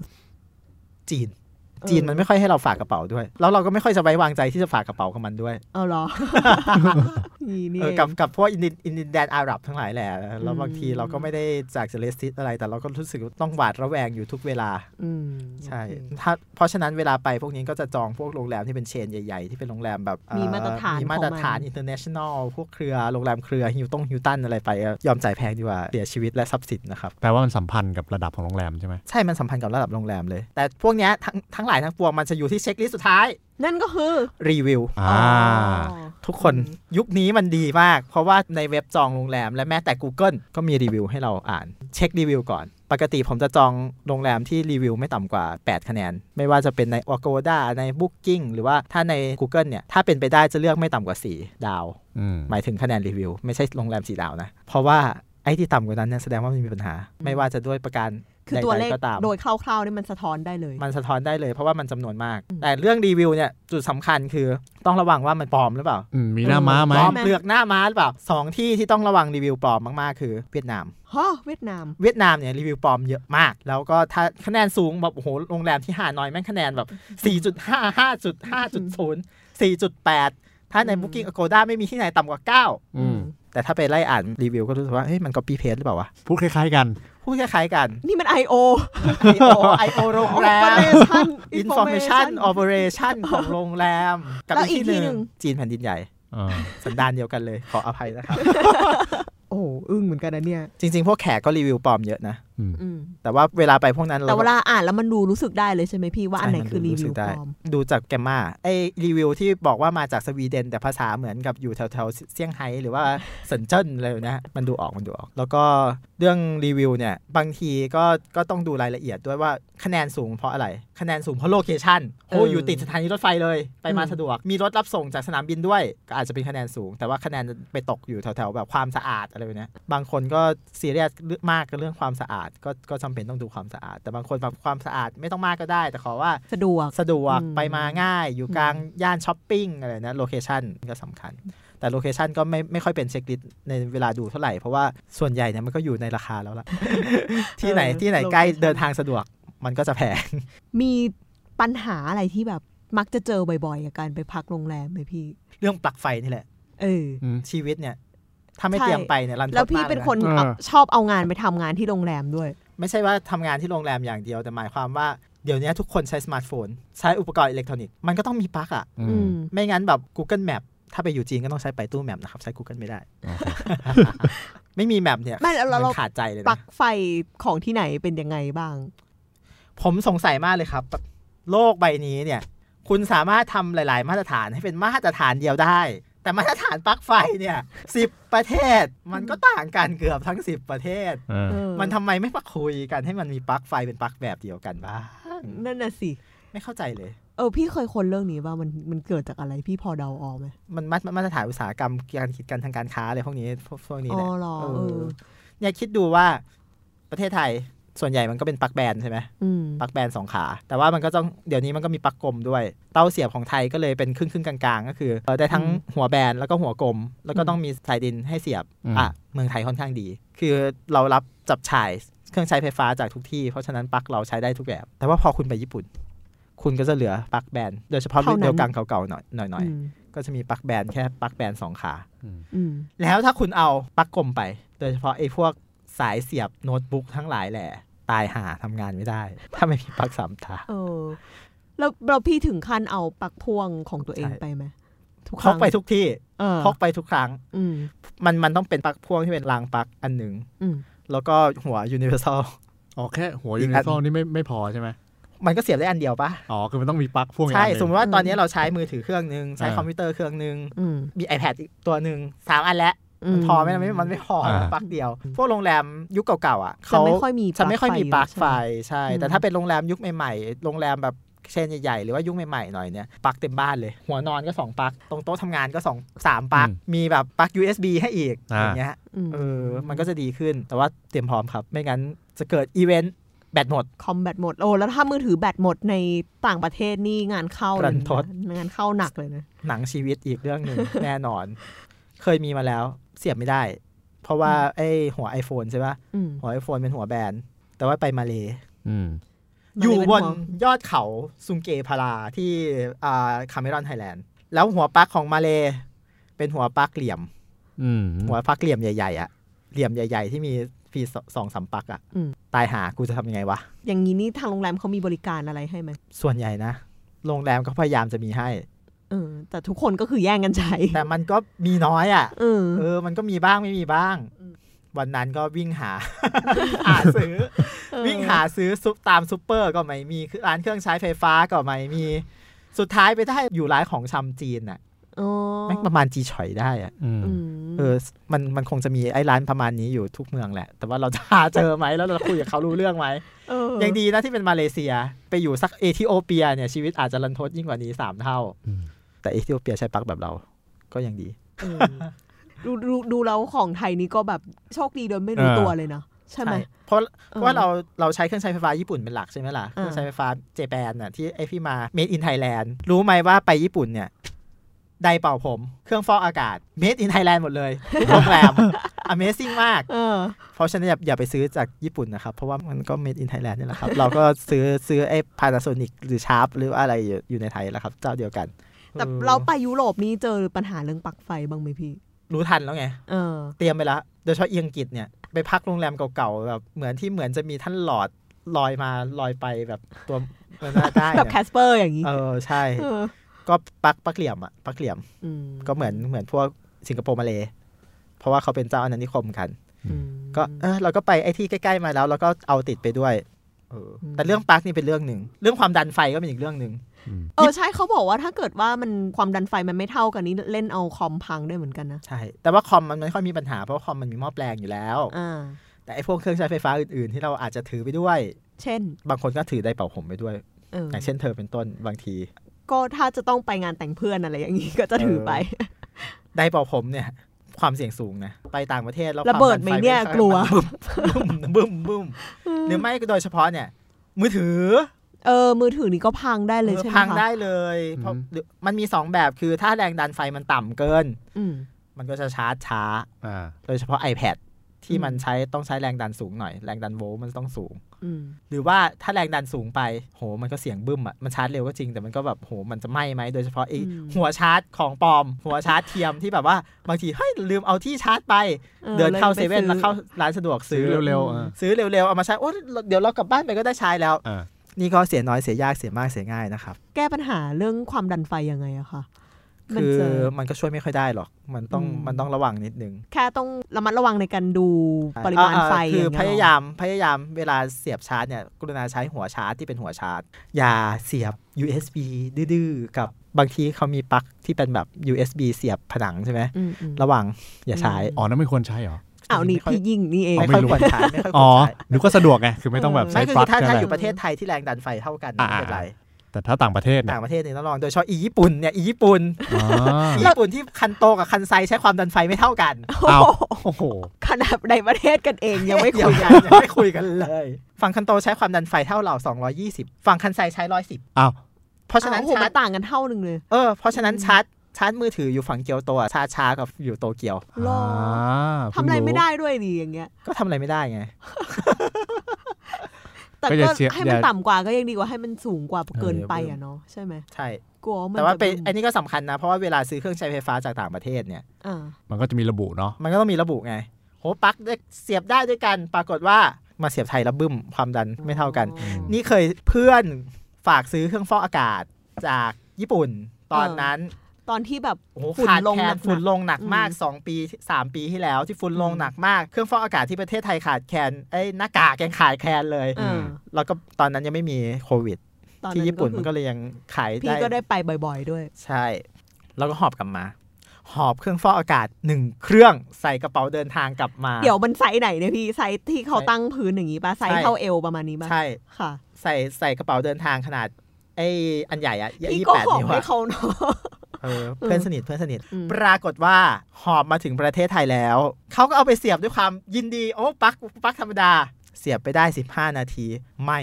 S2: จีน
S3: เออ
S2: จีนมันไม่ค่อยให้เราฝากกระเป๋าด้วย แล้วเราก็ไม่ค่อยจะไว้วางใจที่จะฝากกระเป๋ากับมันด้วย
S3: เอาเหรอ นี่นี่
S2: เออ
S3: เอง
S2: กับกับพวกอินดินอินดินแดนอาหรับทั้งหลายแหละแล้วบางที
S3: อืม
S2: เราก็ไม่ได้จากจะเลสติสอะไร แต่เราก็รู้สึกว่าต้องหวาดระแวงอยู่ทุกเวลา
S3: อืม
S2: ใช่
S3: โอเค
S2: ถ้าเพราะฉะนั้นเวลาไปพวกนี้ก็จะจองพวกโรงแรมที่เป็นเชนใหญ่ ๆ ที่เป็นโรงแรมแบบเอ่อ
S3: มีมาตรฐาน
S2: มีมาตรฐาน
S3: ของมัน
S2: international พวกเครือโรงแรมเครือฮิวตงฮิวตันอะไรไปอะยอมจ่ายแพงดีกว่า เสียชีวิตและทรัพย์สินนะครับ
S1: แปลว่ามันสัมพันธ์กับระดับของโรงแรมใช่ไหม
S2: ใช่มันสัมพันธ์กับระดับโรงแรมเลย แต่พวกเนี้ยทั้งทั้งหลายทั้งปวงมันจะอยู่ที่เช็คลิสต์สุดท้าย
S3: นั่นก็คือ
S2: รีวิว
S1: อ่า
S3: อ๋อ
S2: ทุกคน
S3: อืม
S2: ยุคนี้มันดีมาก เพราะว่าในเว็บจองโรงแรมและแม้แต่ Google ก็มีรีวิวให้เราอ่าน เช็ครีวิวก่อน ปกติผมจะจองโรงแรมที่รีวิวไม่ต่ำกว่า 8 คะแนน ไม่ว่าจะเป็นใน Agoda ใน Booking หรือว่าถ้าใน Google เนี่ย ถ้าเป็นไปได้จะเลือกไม่ต่ำกว่า 4 ดาว
S1: อืม
S2: หมายถึงคะแนนรีวิว ไม่ใช่โรงแรม 4 ดาวนะ เพราะว่าไอ้ที่ต่ำกว่านั้นเนี่ยแสดงว่ามันมีปัญหา ไม่ว่าจะด้วยประการ
S3: คือ
S2: ใด
S3: ตัวเลข
S2: ๆก็ตาม
S3: โดยคร่าวๆนี่มันสะท้อนได้เลย
S2: มันสะท้อนได้เลยเพราะว่ามันจำนวนมาก
S3: อืม
S2: แต่เรื่องรีวิวเนี่ยจุดสำคัญคือต้องระวังว่ามันปลอมหรือเปล่า
S1: อืมมีหน้าม้าไหม
S2: ปลอม
S3: ใช่ไหม
S2: เปลือกหน้าม้าหรือเปล่าสองที่ที่ต้องระวังรีวิวปลอมมาก ๆ คือเวียดนาม
S3: ฮะเวียดนาม
S2: เวียดนามเนี่ยรีวิวปลอมเยอะมาก แล้วก็ถ้าคะแนนสูงแบบโอ้โหโรงแรมที่หาน้อยแม่งคะแนนแบบ 4.5 5.5.0 4.8 ถ้าใน
S3: อืม
S2: Booking Agoda ไม่มีที่ไหนต่ำกว่า
S1: อืม
S2: 9 แต่ถ้าไปไล่อ่านรีวิวก็รู้สึกว่าเฮ้ยมันก็ปีเพจหรือเปล่าวะ
S1: พูดคล้ายๆกัน
S2: พูดคล้าย ๆ กัน
S3: นี่มัน I.O.
S2: I.O. I.O. โรงแรม
S3: Operation
S2: Information Operation ของโรงแรม กับ
S3: แล้ว
S2: อีก
S3: อีก
S2: ที่
S3: ที่
S2: หนึ่ง
S3: หนึ่ง
S2: จีนแผ่นดินใหญ่
S1: อ่า
S2: สันดานเดียวกันเลยขออภัยนะครับ
S3: โอ้โหอึ้งเหมือนกันนะเนี่ย
S2: จริง ๆ พวกแขกก็รีวิวปลอมเยอะนะ
S3: อืม
S2: แต่ว่าเวลาไปพวกนั้น
S3: แต่
S2: เรา
S3: เวลาอ่านแล้วมันดูรู้สึกได้เลยใช่ไหมพี่ว่าอันไหนคือรีวิวปลอม
S2: ดูจากแกมมาไอรีวิวที่บอกว่ามาจากสวีเดน แต่ภาษาเหมือนกับอยู่แถวๆเซี่ยงไฮ้หรือว่าเซินเจิ้นอะไรแบบเนะมันดูออกมันดูออก แล้วก็เรื่องรีวิวเนี่ยบางทีก็ก็ต้องดูรายละเอียดด้วยว่าคะแนนสูงเพราะอะไร คะแนนสูงเพราะโลเคชั่นโอ้
S3: เอออ
S2: อยู่ติดสถานีรถไฟเลย ไปมา
S3: อืม
S2: สะดวก มีรถรับส่งจากสนามบินด้วย ก็อาจจะเป็นคะแนนสูง แต่ว่าคะแนนไปตกอยู่แถวๆแบบความสะอาดอะไรแบบเนี้ยบางคนก็ซีเรียสมากกับเรื่องความสะอาด ก็ก็จำเป็นต้องดูความสะอาด แต่บางคนแบบความสะอาดไม่ต้องมากก็ได้ แต่ขอว่า
S3: สะดวก
S2: สะดวก
S3: อืม
S2: ไปมาง่ายอยู่กลาง
S3: อืม
S2: ย่านช้อปปิ้งอะไรนะโลเคชันก็สำคัญ แต่โลเคชันก็ไม่ไม่ค่อยเป็นเช็คลิสต์ในเวลาดูเท่าไหร่ เพราะว่าส่วนใหญ่เนี่ยมันก็อยู่ในราคาแล้วล่ะ ที่ไหนที่ไหนใกล้เดินทางสะดวกมันก็จะแพง
S3: มีปัญหาอะไรที่แบบมักจะเจอบ่อยๆกับการไปพักโรงแรมไหมพี่
S2: เรื่องปลั๊กไฟนี่แหละ
S3: เออ
S1: อืม
S2: ชีวิตเนี่ยถ้าไม่
S3: ใช่
S2: เตรียมไปเนี่ยรันทด
S3: แล้วพี่
S2: มากยะ
S3: เป็นคน
S1: เออ
S3: เอาชอบเอางานไปทำงานที่โรงแรมด้วย
S2: ไม่ใช่ว่าทำงานที่โรงแรมอย่างเดียวแต่หมายความว่าเดี๋ยวนี้ทุกคนใช้สมาร์ทโฟน ใช้อุปกรณ์อิเล็กทรอนิกส์มันก็ต้องมีปลั๊กอะ
S1: อื
S3: อื
S1: ม
S3: ม
S2: ไม่งั้นแบบ Google Map ถ้าไปอยู่จีนก็ต้องใช้ไปตู้แมปนะครับใช้ Google ไม่ได้
S1: โอเค
S2: ไม่มีแมปเนี่ย
S3: ไม่แล้วเรามั
S2: นขาดใจเลย
S3: ป
S2: นะ
S3: ลั๊กไฟของที่ไหนเป็นยังไงบ้าง
S2: ผมสงสัยมากเลยครับ โลกใบนี้เนี่ย คุณสามารถทำหลาย ๆ มาตรฐานให้เป็นมาตรฐานเดียวได้ แต่มาตรฐานปลั๊กไฟเนี่ยสิบประเทศ มันก็ต่างกันเกือบทั้ง 10 ประเทศ
S1: เออ
S3: เออ
S2: มันทำไมไม่มาคุยกันให้มันมีปลั๊กไฟเป็นปลั๊กแบบเดียวกันบ้าง
S3: นั่นน่ะสิ
S2: ไม่เข้าใจเลย
S3: เออพี่เคยคนเรื่องนี้ว่ามันมันเกิดจากอะไรพี่พอเดาออกไหม
S2: มันมามาตรฐานอุตสาหกรรมการคิดกันทางการค้าอะไรพวกนี้พวกพวกนี้
S3: อ๋อเห
S2: แหละ
S3: รอ
S2: เออ
S3: เออ
S2: เนี่ยคิดดูว่าประเทศไทยส่วนใหญ่มันก็เป็นปลั๊กแบนใช่ไหม
S3: อืม
S2: ปลั๊กแบนสองขา แต่ว่ามันก็ต้องเดี๋ยวนี้มันก็มีปลั๊กกลมด้วย เต้าเสียบของไทยก็เลยเป็นครึ่งครึ่งๆกลางๆ ก็คือเอ่อได้ทั้ง
S3: อืม
S2: หัวแบนแล้วก็หัวกลม แล้วก็ต้องมีสายดินให้เสียบ
S1: อืม
S2: อ่ะเมืองไทยค่อนข้างดี คือเรารับจับฉ่ายเครื่องใช้ไฟฟ้าจากทุกที่เพราะฉะนั้นปลั๊กเราใช้ได้ทุกแบบ แต่ว่าพอคุณไปญี่ปุ่น คุณก็จะเหลือปลั๊กแบนโดยเฉพาะ
S3: เท่านั้น
S2: เดียวกังเก่าๆหน่อยหน่อย
S3: อืม
S2: ๆก็จะมีปลั๊กแบนแค่ปลั๊กแบนสองขา
S3: อืม
S2: แล้วถ้าคุณเอาปลั๊กกลมไป โดยเฉพาะไอ้พวกสายเสียบ โน้ตบุ๊กทั้งหลายแหละ ตายหาทำงานไม่ได้ ถ้าไม่มีปลั๊กสามตา
S3: เออ แล้วเราพี่ถึงขั้นเอาปลักพ่วงของตัวเอง
S2: ใช่
S3: ไปไหมทุกค
S2: พ
S3: รั้
S2: ก
S3: ง
S2: ไปทุกที่
S3: เออ
S2: พกไปทุกครั้ง
S3: อืม
S2: มันมันต้องเป็นปลั๊กพ่วงที่เป็นรางปลั๊กอันหนึ่ง
S3: อืม
S2: แล้วก็หัวยูนิเวอร์แซล
S1: อ๋อแค่หัว
S2: อี
S1: ยู
S2: ก
S1: นิ
S2: อัน
S1: ซอลนี่ไม่ไม่พอใช่ไหม
S2: มันก็เสียบได้อันเดียวปะ
S1: อ๋อคือมันต้องมีปลั๊กพ่วงอีก
S2: ใช่
S1: อันหนึ่ง
S2: สมมติว่าตอนนี้เราใช้มือถือเครื่องหนึ่งใช้
S1: อ่า
S2: คอมพิวเตอร์เครื่องหนึ่ง
S3: อืม
S2: มี iPad อีกตัวหนึ่งสามอันแล้วมันพอไหมมันไม่มันไม่พอ
S1: อ่า
S2: ปลั๊กเดียว พวกโรงแรมยุคเก่าๆอ่ะ
S3: จะ
S2: เขา
S3: ไม่ค่อยมี
S2: จะไม่ค่อยมีปลั๊กไฟ
S3: ใช่ห
S2: ใช่
S3: อืม
S2: แต่ถ้าเป็นโรงแรมยุคใหม่ๆโรงแรมแบบเชนใหญ่ๆหรือว่ายุคใหม่ๆหน่อยเนี่ยปลั๊กเต็มบ้านเลย หัวนอนก็สองปลั๊กตรงโต๊ะทำงานก็สองสามปลั๊กมีแบบปลั๊ก USB ให้อีกอย่างเงี้ย
S3: อืม
S2: เออ มันก็จะดีขึ้น แต่ว่าเตรียมพร้อมครับ ไม่งั้นจะเกิดอีเวนต์แบตหมด
S3: คอมแบตหมดโอ้แล้วถ้ามือถือแบตหมดในต่างประเทศนี่งานเข้าเลย
S2: รันทด
S3: งานเข้าหนักเลยนะ
S2: หนังชีวิตอีกเรื่อง หนึ่ง แน่นอน เคยมีมาแล้วเสียบไม่ได้ เพราะว่าไอ้หัว iPhone ใช่ปะ
S3: อืม
S2: หัว iPhone เป็นหัวแบน แต่ว่าไปมาเลย
S1: อืม
S2: อยู่บ
S3: มัน เลยเป็หัวย
S2: อดเขาซุงเกพาราที่อ่าคาเมรอนไทยแลนด์ แล้วหัวปลั๊กของมาเลเป็นหัวปลั๊กเหลี่ยม
S1: อืม
S2: หัวปลั๊กเหลี่ยมใหญ่ๆอะเหลี่ยมใหญ่ ๆ ที่มีฟีสองสามปลั๊กอะตายหากูจะทำยังไงวะ
S3: อย่างนี้นี่ทางโรงแรมเขามีบริการอะไรให้ไหม
S2: ส่วนใหญ่นะ โรงแรมก็พยายามจะมีให้
S3: เออ แต่ทุกคนก็คือแย่งกันใช้
S2: แต่มันก็มีน้อยอ่ะ
S3: เออ
S2: เออ มันก็มีบ้างไม่มีบ้าง วันนั้นก็วิ่ง หา หาซื้อ วิ่งหาซื้อซุปตามซุปเปอร์ก็ไม่มีร้านเครื่องใช้ไฟฟ้าก็ไม่มี สุดท้ายไปได้อยู่ร้านของชำจีนน่ะ
S3: อ๋อ
S2: แม่งประมาณจีฉอยได้อ่ะ
S1: อืม
S3: อืม
S2: เออ มันมันคงจะมีไอ้ร้านประมาณนี้อยู่ทุกเมืองแหละ แต่ว่าเราจะหาเจอไหมแล้วเราคุยกับเขารู้เรื่องไหม
S3: เออ
S2: ยังดีนะที่เป็นมาเลเซียไปอยู่สักเอธิโอเปียเนี่ยชีวิตอาจจะรันทดยิ่งกว่านี้สามเท่า
S1: อืม
S2: แต่เอธิโอเปียใช้ปลั๊กแบบเรา ก็ยังดี
S3: เออ ดูดูดูแล้วของไทยนี่ก็แบบโชคดีโดยไม่รู้ตัวเลยเนอะใช่ไหม
S2: เพราะเพราะว่าเราเราใช้เครื่องใช้ไฟฟ้าญี่ปุ่นเป็นหลักใช่ไหมล่ะ เค
S3: อ่า
S2: รื่องใช้ไฟฟ้าเจแปนน่ะที่ไอพี่มา made in Thailand รู้ไหมว่าไปญี่ปุ่นเนี่ยไดร์เป่าผม เครื่องฟอกอากาศ made in Thailand หมดเลยโรงแรม Amazing มาก
S3: เออ
S2: เพราะฉะนั้นอย่าอย่าไปซื้อจากญี่ปุ่นนะครับ เพราะว่ามันก็ made in Thailand นี่แหละครับ เราก็ซื้อซื้อไอ้ Panasonic หรือ Sharp หรืออะไรอยู่อยู่ในไทยแหละครับ เจ้าเดียวกัน
S3: แต่
S2: ออ
S3: เราไปยุโรปนี่เจอปัญหาเรื่องปลั๊กไฟบ้างไหมพี่
S2: รู้ทันแล้วไง
S3: เออ
S2: เตรียมไปแล้วโดยเฉพาะเอียงกิจเนี่ยไปพักโรงแรมเก่าๆแบบเหมือนที่เหมือนจะมีท่านหลอดลอยมาลอยไปแบบตัวมันน่าได้
S3: แบบ
S2: นะ
S3: แคสเปอร์อย่างนี้
S2: เออใช่
S3: เออ
S2: ก็ปักปักเหลี่ยมอะปักเหลี่ยม
S3: อืม
S2: ก็เหมือนเหมือนพวกสิงคโปร์มาเลเพราะว่าเขาเป็นเจ้าอาณานิคมกัน
S3: อืม
S2: ก็เออเราก็ไปไอ้ที่ใกล้ๆมาแล้วเราก็เอาติดไปด้วยเอออ
S3: ม
S2: แต่เรื่องปลั๊กนี่เป็นเรื่องหนึ่งเรื่องความดันไฟก็เป็นอีกเรื่องหนึ่ง
S1: อืม
S3: เออใช่เขาบอกว่าถ้าเกิดว่ามันความดันไฟมันไม่เท่ากันนี้เล่นเอาคอมพังได้เหมือนกันนะ
S2: ใช่ แต่ว่าคอมมันไม่ค่อยมีปัญหาเพราะว่าคอมมันมีหม้อแปลงอยู่แล้ว
S3: อ่า
S2: แต่ไอ้พวกเครื่องใช้ไฟฟ้าอื่นๆ ที่เราอาจจะถือไปด้วย
S3: เช่น
S2: บางคนก็ถือได้เป่าผมไปด้วย
S3: เออ
S2: อย่างเช่นเธอเป็นต้นบางที
S3: ก็ถ้าจะต้องไปงานแต่งเพื่อนอะไรอย่างนี้ ก็จะถือไป
S2: ไดร์เป่าผมเนี่ย ความเสี่ยงสูงนะ ไปต่างประเทศแล้ว
S3: ระเบิดไหมเนี่ย
S2: ความดัฟ
S3: กลัว
S2: บึ้มบึ้มบึ้มหรือไม่ก็โดยเฉพาะเนี่ย มือถือ
S3: เออมือถือนี่ก็พังได้เลย
S2: เออ
S3: ใช่ไหมคะ
S2: พังได้เลยเพราะหรือมันมีสองแบบคือถ้าแรงดันไฟมันต่ำเกิน
S3: อืม
S2: มันก็จะชาร์จช้า
S1: อ่า
S2: โดยเฉพาะ iPad ที่
S3: อืม
S2: มันใช้ต้องใช้แรงดันสูงหน่อยแรงดันโวลต์มันต้องสูง
S3: อืม
S2: หรือว่าถ้าแรงดันสูงไป โห มันก็เสียงบึ้มอ่ะ มันชาร์จเร็วก็จริง แต่มันก็แบบโห มันจะไหม้ไหม โดยเฉพาะไอ้
S3: อืม
S2: หัวชาร์จของปลอม หัวชาร์จเทียมที่แบบว่าบางที เฮ้ย ลืมเอาที่ชาร์จไป
S3: ออ
S2: เดินเข้า
S3: ลย
S2: เซ
S3: ไป
S2: เว่น
S3: ซื้อ
S2: แล้วเข้าร้านสะดวก
S1: ซื้
S2: ซื้
S1: อ
S2: อ
S1: เร็วๆอ่ะ
S2: ซื้อเร็วๆ เอามาใช้ โอ้เดี๋ยวเรากลับบ้านไปก็ได้ใช้แล้ว
S1: อ่า
S2: นี่ก็เสียน้อยเสียยากเสียมากเสียง่ายนะครับ
S3: แก้ปัญหาเรื่องความดันไฟยังไงอะคะมัน
S2: คือ
S3: จะ
S2: มันก็ช่วยไม่ค่อยได้หรอก มันต้อง
S3: อืม
S2: มันต้องระวังนิดนึง
S3: แค่ต้องระมัดระวังในการดูปริมาณ
S2: อ่อ่
S3: ไฟ
S2: คือ
S3: อง
S2: พ
S3: เงี้เหร
S2: ยายามพยายามเวลาเสียบชาร์จเนี่ย กรุณาใช้หัวชาร์จที่เป็นหัวชาร์จ อย่าเสียบ USB ดื้อๆ กับบางทีเขามีปลั๊กที่เป็นแบบ USB เสียบผนังใช่ไหม
S3: อืมอืม
S2: ระวังอย่าใช้
S3: อืม
S1: อ๋อนั่นไม่ควรใช้เหรอ
S3: อ้าวนี่
S2: ไม่ค่อย
S3: พี่ยิ่งนี่เอง
S2: ไม่ค่อยควรใช้ไม่ค่อยค
S1: อ๋อ
S2: วรใช้
S1: นึกว่าสะดวกไงคือไม่ต้องแบบ
S3: เออ
S1: ใช้
S2: ไม่คือ
S1: ปลั๊ก
S2: ถ้าถ้า
S1: ใช่
S2: อ
S1: ไหม
S2: ยู่ประเทศไทยที่แรงดันไฟเท่ากัน
S1: อ่า
S2: ไม่เป็นไร
S1: แต่ถ้าต่างประเทศเนี่ย
S2: ต่างประเทศเนี่ยต้องลองโดยเฉพาะอีญี่ปุ่นเนี่ยอีญี่ปุ่น
S1: อ๋อ
S2: อีญี่ปุ่นที่คันโตกับคันไซใช้ความดันไฟไม่เท่ากัน
S1: เอาโอ้โห
S3: ขนาดในประเทศกันเองยังไม่
S2: เดี๋
S3: คุ
S2: วย กันยังไม่คุยกันเลยฝั่งคันโตใช้ความดันไฟเท่าเรา 220 ฝั่งคันไซใช้ 110
S1: อ้าว
S2: เพราะฉะนั้น
S3: อ้วโอ้โห
S2: ชา
S3: มั
S2: ร์จ
S3: นต่างกันเท่าหนึ่งเลย
S2: เออเพราะฉะนั้นชาร์จชาร์จมือถืออยู่ฝั่งเกียวโตอะชาร์จช้ากับอยู่โตเกียว
S3: หรอทำ
S1: เพิ่ง
S3: อะไรไม่ได้ด้วยดีอย่างเงี้ย
S2: ก็ทำอะไรไม่ได้ไง
S3: แต่
S1: ก็
S3: ก็
S1: อย่าเสีย
S3: ให้มัน
S1: อย่า
S3: ต่ำกว่าก็ยังดีกว่าให้มันสูงกว่าเกินไป
S1: เอออย่า
S3: อ่ะ
S1: เพิ่ม
S3: เนาะใช่ไหม
S2: ใช่
S3: กลัวมัน
S2: แต่ว่าเป็น
S3: จะ
S2: อันนี้ก็สำคัญนะเพราะว่าเวลาซื้อเครื่องใช้ไฟฟ้าจากต่างประเทศเนี่ย
S3: อ่า
S1: มันก็จะมีระบุเนาะ
S2: มันก็ต้องมีระบุไง โหปลั๊กได้เสียบได้ด้วยกัน ปรากฏว่ามาเสียบไทยแล้วบึ้ม ความดันไม่เท่ากัน
S3: อ๋อ
S2: นี่เคยเพื่อน ฝากซื้อเครื่องฟอกอากาศจากญี่ปุ่น ตอนนั้น
S3: ตอนที่แบบ
S2: โอ้โห
S3: ฝุ่น
S2: ขาด
S3: ลง
S2: แคล
S3: หนั
S2: น
S3: กๆ
S2: ฝุ่นลงหนักมาก
S3: อืม
S2: สองปีสามปีที่แล้วที่ฝุ่นลง
S3: อืม
S2: หนักมากเครื่องฟอกอากาศที่ประเทศไทยขาดแคลนไอ้หน้ากากยังขาดแคลนเลย
S3: เออ
S2: แล้วก็ตอนนั้นยังไม่มีโควิด
S3: ตอ
S2: ที่ญี่ปุ่นมันก็
S3: คือ
S2: เลยยังขาย
S3: พี่
S2: ได้
S3: ก็ได้ไปบ่อย ๆ ด้วย
S2: ใช่ แล้วก็หอบกลับมา หอบเครื่องฟอกอากาศหนึ่งเครื่องใส่กระเป๋าเดินทางกลับมา
S3: เดี๋ยวมันไซส์ไหนเนี่ยพี่ไซส์ที่เขา
S2: ไซส์
S3: ตั้งพื้นอย่างนี้ป่ะไซ
S2: ใช่
S3: ส์เท่าเอวประมาณนี้ป่ะ
S2: ใช่
S3: ค่ะ
S2: ใส่ใส่กระเป๋าเดินทางขนาด ไอ้อันใหญ่อะ
S3: พี่
S2: ยี่
S3: ก็
S2: แปด
S3: ของ
S2: นิ้ว
S3: ให้
S2: อะ
S3: เขาเนาะ
S2: เออเพื่อนสนิทเพื่อนสนิท
S3: อืม
S2: ปรากฏว่าหอบมาถึงประเทศไทยแล้ว เขาก็เอาไปเสียบด้วยความยินดี โอ้ปลักปลักธรรมดา เสียบไปได้ 15 นาทีไม่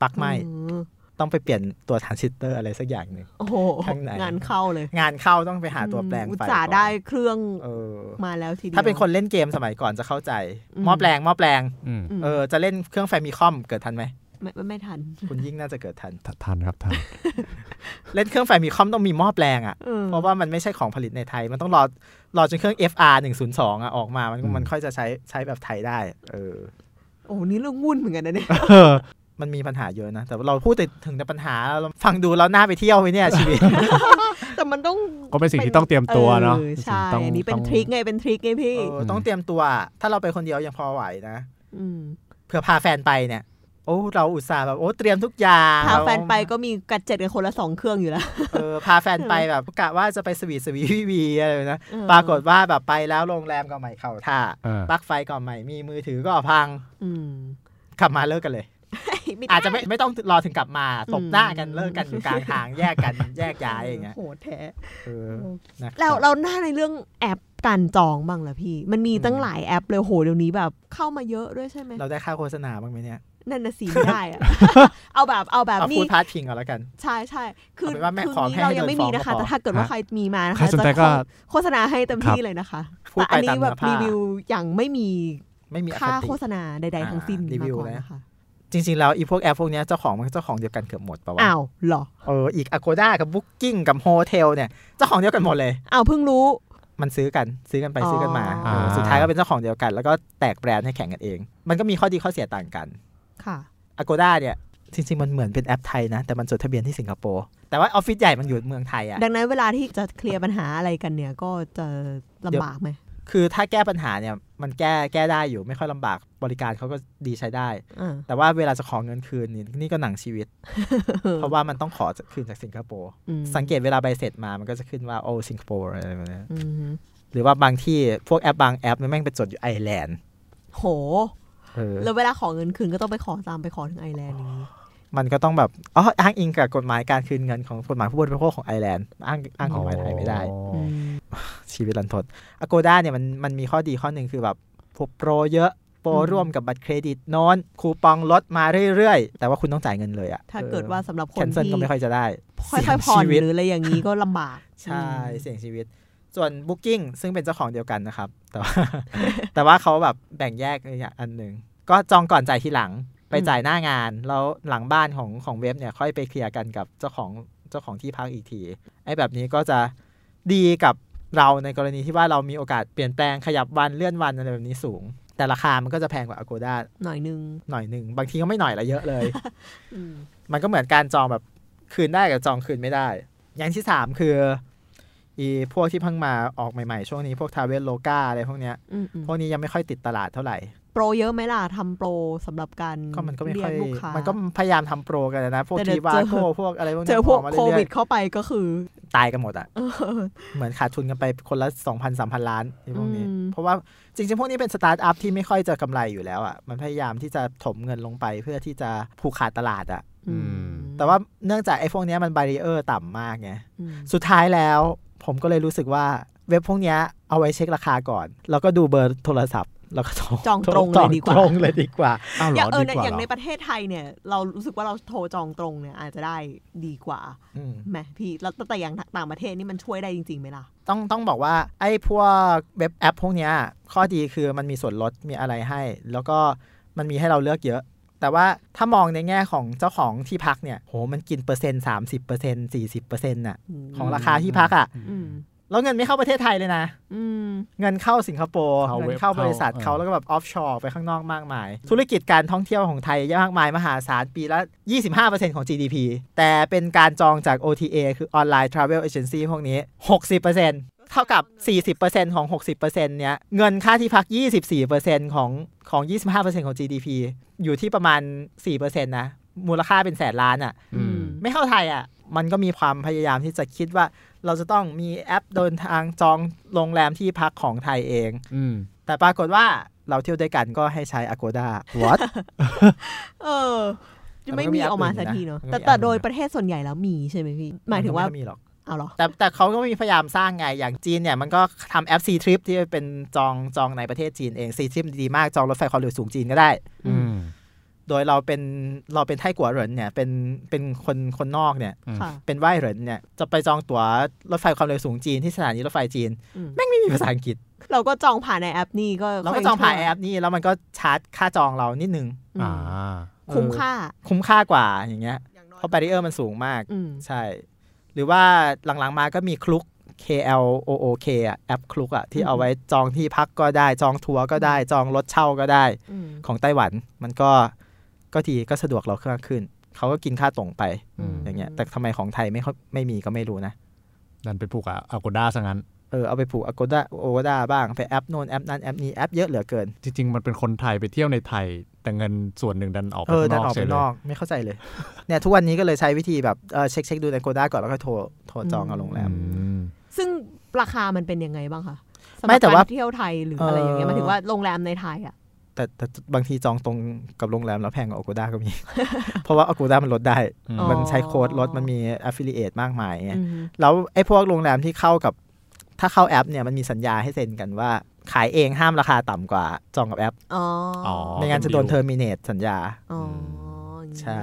S2: ปลักไม่
S3: อืม
S2: ต้องไปเปลี่ยนตัวทรานซิสเตอร์อะไรสักอย่างหนึ่ง
S3: โอ้โห
S2: ข้างใน
S3: งานเข้าเลย
S2: งานเข้าต้องไปหาตัวแปลง
S3: อุต
S2: ไฟ
S3: ส่าห์
S2: ก่อน
S3: ได้เครื่อง
S2: เออ
S3: มาแล้วทีเดียว
S2: ถ้าเป็นคนเล่นเกมสมัยก่อนจะเข้าใจ
S3: อืม
S2: หม้อแปลงหม้อแปลง
S1: อืม
S3: ม
S2: เออ จะเล่นเครื่องแฟมิคอมเกิดทันไหม
S3: ไม่ไม่ไม่ทัน
S2: คุณยิ่งน่าจะเกิดทัน
S1: ททันครับทัน
S2: เล่นเครื่องแฟมิคอมต้องมีหม้อแปลงอ่ะ
S3: เออ
S2: เพราะว่ามันไม่ใช่ของผลิตในไทย มันต้องรอรอจนเครื่อง FR 102อ่ะออกมา มัน
S1: อืม
S2: มันค่อยจะใช้ใช้แบบไทยได้ เออ
S3: โอ้โหนี่เรื่องวุ่นเหมือนกันนะเนี่ย
S1: เออ
S2: มันมีปัญหาเยอะนะ แต่ว่าเราพูดแต่ถึงแต่ปัญหาเราฟังดูแล้วน่าไปเที่ยวไหมเนี่ยชีวิต
S3: แต่มันต้อง
S1: ก็เป็นสิ่งที่ต้องเตรียมตัวเนาะ
S3: ออใช่
S1: สิ่งที่ต้อง
S3: อันนี้เป็น
S1: ต้อง
S3: ทริคไงเป็นทริคไงพี่
S2: เออ ต้องเตรียมตัว ถ้าเราไปคนเดียวยังพอไหวนะ
S3: ม
S2: เผื่อพาแฟนไปเนี่ย โอ้ เราอุตส่าห์แบบโอ้ เตรียมทุกอย่าง
S3: พาแฟนไปก็มีกัดเจ็ดกันคนละสองเครื่องอยู่แล้ว
S2: เออ พาแฟนไปแบบกะว่าจะไปสวีทสวีวีวีอะไรแบบนะ
S3: เออ
S2: ปรากฏว่าแบบไปแล้วโรงแรมก็ไม่เข้าท่า
S1: เออ
S2: ปลั๊กไฟก็ไม่มีมือถือก็พัง
S3: อืม
S2: กลับมาเลิกกันเลย
S3: ด้
S2: อาจจะไม่ไม่ต้องรอถึงกลับมาตบหน้ากันเลิกกันอยู่กลางทางแยกกันแยกย้ายอย่างเงี้ย
S3: โหดแท้
S2: เออนะครับ
S3: เราเราหน้าในเรื่องแอปการจองบ้างล่ะพี่ มันมี
S2: อืม
S3: ตั้งหลายแอปเลยโหเดี๋ยวนี้แบบเข้ามาเยอะด้วยใช่ไหม
S2: เราได้ค่าโฆษณาบ้างไหมเนี่ย
S3: นั่นน่ะสีไม่ได้อะ เอาแบบเอาแบบ
S2: เอาพู
S3: นี่
S2: ดพาดพิงก่อนแล้วกัน
S3: ใช่ใช่คือ
S2: เอาเป็นว่าแม่
S3: คืน
S2: ขอ
S3: นี้
S2: ให้
S3: เรา
S2: เดิน
S3: ยังไม่
S2: ฟ้
S3: มี
S2: อง
S3: นะคะ
S2: ก็พอ
S3: แต่ถ้าเกิดว่าใครมีมานะ
S1: ใคร
S3: คะ
S1: สนใจ
S3: จะ
S1: ก็
S3: โฆษณาให้เต็มที่เลยนะคะ
S2: พูด
S3: แต่
S2: ไป
S3: อัน
S2: ตาม
S3: นี้
S2: เนื้
S3: แบ
S2: อบ ผ้า
S3: รีวิวอย่างไม่มี
S2: ไม่มีอค
S3: ค่า
S2: ติ
S3: โฆษณาใด ๆ ทั้งสิ้น
S2: รี
S3: มา
S2: วิว
S3: ก่อน
S2: นะ
S3: นะคะ
S2: จริง ๆ แล้วอีพวกแอปพวกเนี้ยเจ้าของมันเจ้าของเดียวกันเกือบหมดปะวะ
S3: อ้าวเหรอ
S2: เอออีก Agoda กับ Booking กับ Hotel เนี่ยเจ้าของเดียวกันหมดเลย
S3: อ้าวเพิ่งรู้
S2: มันซื้อกันซื้อกันไป
S3: อ๋อ
S2: ซื้อกันมาเอออา สุดท้ายก็เป็นเจ้าของเดียวกัน แล้วก็แตกแบรนด์ให้แข่งกันเอง มันก็มีข้อดีข้อเสียต่างกัน
S3: ค่ะ
S2: Agoda เนี่ย จริง ๆ มันเหมือนเป็นแอปไทยนะ แต่มันจดทะเบียนที่สิงคโปร์แต่ว่าออฟฟิศใหญ่มันอยู่เมืองไทยอะ
S3: ดังนั้นเวลาที่จะเคลียร์ปัญหาอะไรกันเนี่ยก็จะลำบากไหม
S2: คือถ้าแก้ปัญหาเนี่ย มันแก้แก้ได้อยู่ไม่ค่อยลำบากบริการเขาก็ดีใช้ได้
S3: อ่า
S2: แต่ว่าเวลาจะขอเงินคืนนี่นี่ก็หนังชีวิต เพราะว่ามันต้องขอจากคืนจากสิงคโปร์
S3: อืม
S2: สังเกตเวลาใบเสร็จมามันก็จะขึ้นว่าโอ้สิงคโปร์อะไรแบบเนี้ย
S3: อืม
S2: หรือว่าบางที่พวกแอปบางแอปมันแม่งไปจดอยู่ไอร์แลนด์
S3: โห
S2: เออ
S3: แล้วเวลาขอเงินคืนก็ต้องไปขอตามไปขอถึงไอแลนด์อย่างนี้
S2: มันก็ต้องแบบอ๋ออ้างอิงกับกฎหมายการคืนเงินของกฎหมายผู้บริโภคของไอร์แลนด์อ้างอ้างกฎหมายไทยไม่ได้
S1: อ๋อ
S2: ชีวิตรันทดอโกด้าเนี่ยมันมันมีข้อดีข้อหนึ่งคือแบบพวกโปรเยอะ โปร
S3: อืม
S2: ร่วมกับบัตรเครดิตโน้นคูปองลดมาเรื่อยๆ แต่ว่าคุณต้องจ่ายเงินเลยอะ
S3: ถ้าเกิดว่าสำหรับค
S2: แคน นเซิล
S3: ที่
S2: ก็ไม่ค่อยจะได้
S3: ค่อยๆผ่อน
S2: เสี่งชีวิต
S3: หรืออะไรอย่างนี้ ก็ลำบาก
S2: ใช่
S3: อืม
S2: เสี่ยงชีวิต ส่วน Booking ซึ่งเป็นเจ้าของเดียวกันนะครับ แต่ว่า แต่ว่าเขาแบบแบ่งแยกอย่างอันหนึ่งก็จองก่อนจ่ายทีหลังไปจ่ายหน้างาน แล้วหลังบ้านของของเว็บเนี่ยค่อยไปเคลียร์กันกับเจ้าของเจ้าของที่พักอีกที ไอ้แบบนี้ก็จะดีกับเราในกรณีที่ว่าเรามีโอกาสเปลี่ยนแปลงขยับวันเลื่อนวันอะไรแบบนี้สูง แต่ราคามันก็จะแพงกว่า Agoda
S3: หน่อยนึง
S2: หน่อยหนึ่ง บางทีก็ไม่หน่อยละเยอะเลย
S3: อืม
S2: มันก็เหมือนการจองแบบคืนได้กับจองคืนไม่ได้ อย่างที่สามคืออีพวกที่เพิ่งมาออกใหม่ๆ ช่วงนี้พวกทาเวลโลกาอะไรพวกเนี้ย
S3: อืมอืม
S2: พวกนี้ยังไม่ค่อยติดตลาดเท่าไหร่
S3: โปรเยอะไหมล่ะทำโปรสำหรับการ
S2: ก็มันก็ไม่ค่อย
S3: เรียลูกค้า
S2: มันก็พยายามทำโปรกันนะ พวก
S3: แต่เดี๋
S2: ที
S3: ยว
S2: วา
S3: เจอ
S2: โกพวกอะไรพวกนี้
S3: เจอพวก
S2: กมา
S3: โค
S2: เรื่
S3: วิ
S2: อ
S3: ด
S2: ย
S3: เข้าไปก็คือ
S2: ๆตายกันหมดอ่ะ
S3: เออ
S2: เหมือนขาดทุนกันไปคนละ 2,000 3,000 ล้านในพวกนี้
S3: อืม
S2: เพราะว่าจริงๆ พวกนี้เป็นสตาร์ทอัพที่ไม่ค่อยจะกำไรอยู่แล้วอะ่ะ มันพยายามที่จะถมเงินลงไปเพื่อที่จะผูกขาดตลาดอะ่ะ
S3: อืม
S2: แต่ว่าเนื่องจากไอ้พวกเนี้ยมันบารีเออร์ต่ำมากไง
S3: อืม
S2: สุดท้ายแล้วผมก็เลยรู้สึกว่าเว็บพวกเนี้ยเอาไว้เช็คราคาก่อน แล้วก็ดูเบอร์โทรศัพท์ แล้วก็โทร
S3: จองตรงเลยดีกว่า
S2: จองตรงเลยดีกว่า
S1: อ้าวเหร
S3: อ
S1: อย่าง
S3: เออ
S1: ดี
S3: ใน
S1: กว่า
S3: อย่าง
S1: เหร
S3: ใน
S1: อ
S3: ประเทศไทยเนี่ย เรารู้สึกว่าเราโทรจองตรงเนี่ยอาจจะได้ดีกว่า
S2: อืม
S3: ไหมพี่แล้วแต่อย่างต่างประเทศนี่มันช่วยได้จริงๆไหมล่ะ
S2: ต้องต้องบอกว่าไอ้พวกเว็บแอปพวกเนี้ยข้อดีคือมันมีส่วนลดมีอะไรให้ แล้วก็มันมีให้เราเลือกเยอะ แต่ว่าถ้ามองในแง่ของเจ้าของที่พักเนี่ยโหมันกินเปอร์เซ็นต์สามสิบเปอร์เซ็นต์สี่สิบเปอร์เซ็นต์น่ะของราคาที่พักอะ่ะ
S3: อืม
S2: แล้วเงินไม่เข้าประเทศไทยเลยนะ
S3: อืม
S2: เงินเข้าสิงคโปร์
S1: เข้า
S2: เงิ
S1: เว็บ
S2: นเข้าบริษัท
S1: เข้า
S2: เขา
S1: เออ
S2: แล้วก็แบบออฟชอร์ไปข้างนอกมากมาย ธุรกิจการท่องเที่ยวของไทยเยอะมากมาย มหาศาลปีละ 25%ของ GDP แต่เป็นการจองจาก OTA คือ Online Travel Agency พวกนี้ 60%เท่ากับ 40%ของ 60%เนี้ยเงินค่าที่พัก 24%ของของ 25%ของ GDP อยู่ที่ประมาณ 4%นะมูลค่าเป็นแสนล้านอ่ะ
S1: อืม
S2: ไม่เข้าไทยอ่ะ มันก็มีความพยายามที่จะคิดว่า เราจะต้องมีแอปเดินทางจองโรงแรมที่พักของไทยเอง
S1: อืม
S2: แต่ปรากฏว่าเราเที่ยวด้วยกันก็ให้ใช้ Agoda What
S3: เออ จะ
S2: มั
S3: ไม่
S2: นก็มี
S3: มีออกมา
S2: อันอื่น
S3: สักที
S2: นะ
S3: เนาะ
S2: มันก็
S3: แต่
S2: มีอันอื่น
S3: แต่โดยประเทศส่วนใหญ่แล้วมีใช่ไหมพี่ หมายถึงว่าน
S2: ก็ไมีหรอก
S3: เอาเหรอ
S2: แต่แต่เขาก็มีพยายามสร้างไง อย่างจีนเนี่ย มันก็ทำแอป C Trip ที่เป็นจองจองในประเทศจีนเอง C Trip ดีมาก จองรถไฟความเร็วสูงจีนก็ได้
S1: อืม
S2: โดยเราเป็นเราเป็นไทกัวเหรินเนี่ยเป็นเป็นคนคนนอกเนี่ย
S1: อืม
S3: ค่ะ
S2: เป็นไหวเหรินเนี่ยจะไปจองตั๋วรถไฟความเร็วสูงจีนที่สถานีรถไฟจีน
S3: อืม
S2: แม่งไม่มีภาษาอังกฤษ
S3: เราก็จองผ่านในแอปนี่ก็
S2: เรา
S3: ค่
S2: ก็
S3: ย
S2: จองผ่าน
S3: ชั่ว
S2: แอปนี่แล้วมันก็ชาร์จค่าจองเรานิดนึง
S3: อืม
S1: อ่า
S3: คุ้มค่า
S2: เออคุ้มค่ากว่าอย่างเงี้ย
S3: อย่างน้อย
S2: เพราะ b บ r เออร์มันสูงมาก
S3: อืม
S2: ใช่ หรือว่าหลังๆมาก็มีคลุก K L O O K อะแอปคลุกอะที่เอาไว้จองที่พักก็ได้ จองทัวร์ก็ได้ จองรถเช่าก็ได้
S3: อืม
S2: ของไต้หวัน มันก็ก็ดีก็สะดวกเราเครื่องขึ้น เขาก็กินค่าตรงไป
S1: อืม
S2: อย่างเงี้ยแต่ทำไมของไทยไม่ค่อยไม่มีก็ไม่รู้นะ
S1: ดันไปผูกอะอากูด้าซะงั้น
S2: เออเอาไปผูก Agoda o g o d a บ้างไปแอปโน่นแอปนั้นแอปนี้แอปเยอะเหลือเกิน
S1: จริง ๆ มันเป็นคนไทยไปเที่ยวในไทย แต่เงินส่วนหนึ่งดันออกไป
S2: เออดั
S1: ข้าน งนอ
S2: ออก ก
S1: เฉ
S2: ไป
S1: ยเล
S2: นอย กไม่เข้าใจเลยเนี่ยทุกวันนี้ก็เลยใช้วิธีแบบเออเช็คเช็คดูใน Agoda ก่อนแล้วค่อยโทรโทรจองกับโรงแรม
S1: อืม
S3: ซึ่งราคามันเป็นยังไงบ้างคะสำหรับ
S2: ไม่แต่ว่า
S3: การเที่ยวไทยหรืออะไรอย่างเงี้ยห
S2: เออ
S3: มายถึงว่าโรงแรมในไทยอ่ะ
S2: แต่แต่บางทีจองตรงกับโรงแรมแล้วแพงกว่า Agoda ก็มี เพราะว่า Agoda มันลดได้
S1: อืม
S2: มันใช้โค้ดลดมันมี affiliate มากมายไง
S3: อืม
S2: แล้วไอ้พวกโรงแรมที่เข้ากับ ถ้าเข้าแอปเนี่ยมันมีสัญญาให้เซ็นกันว่า ขายเองห้ามราคาต่ำกว่าจองกับแอป
S3: อ๋ออ๋อ
S1: อ๋อ
S2: ไม่งั้นจะโดน
S1: เป็นดีล
S2: terminate สัญญา
S3: อ๋ออย่างงี้
S2: ใช่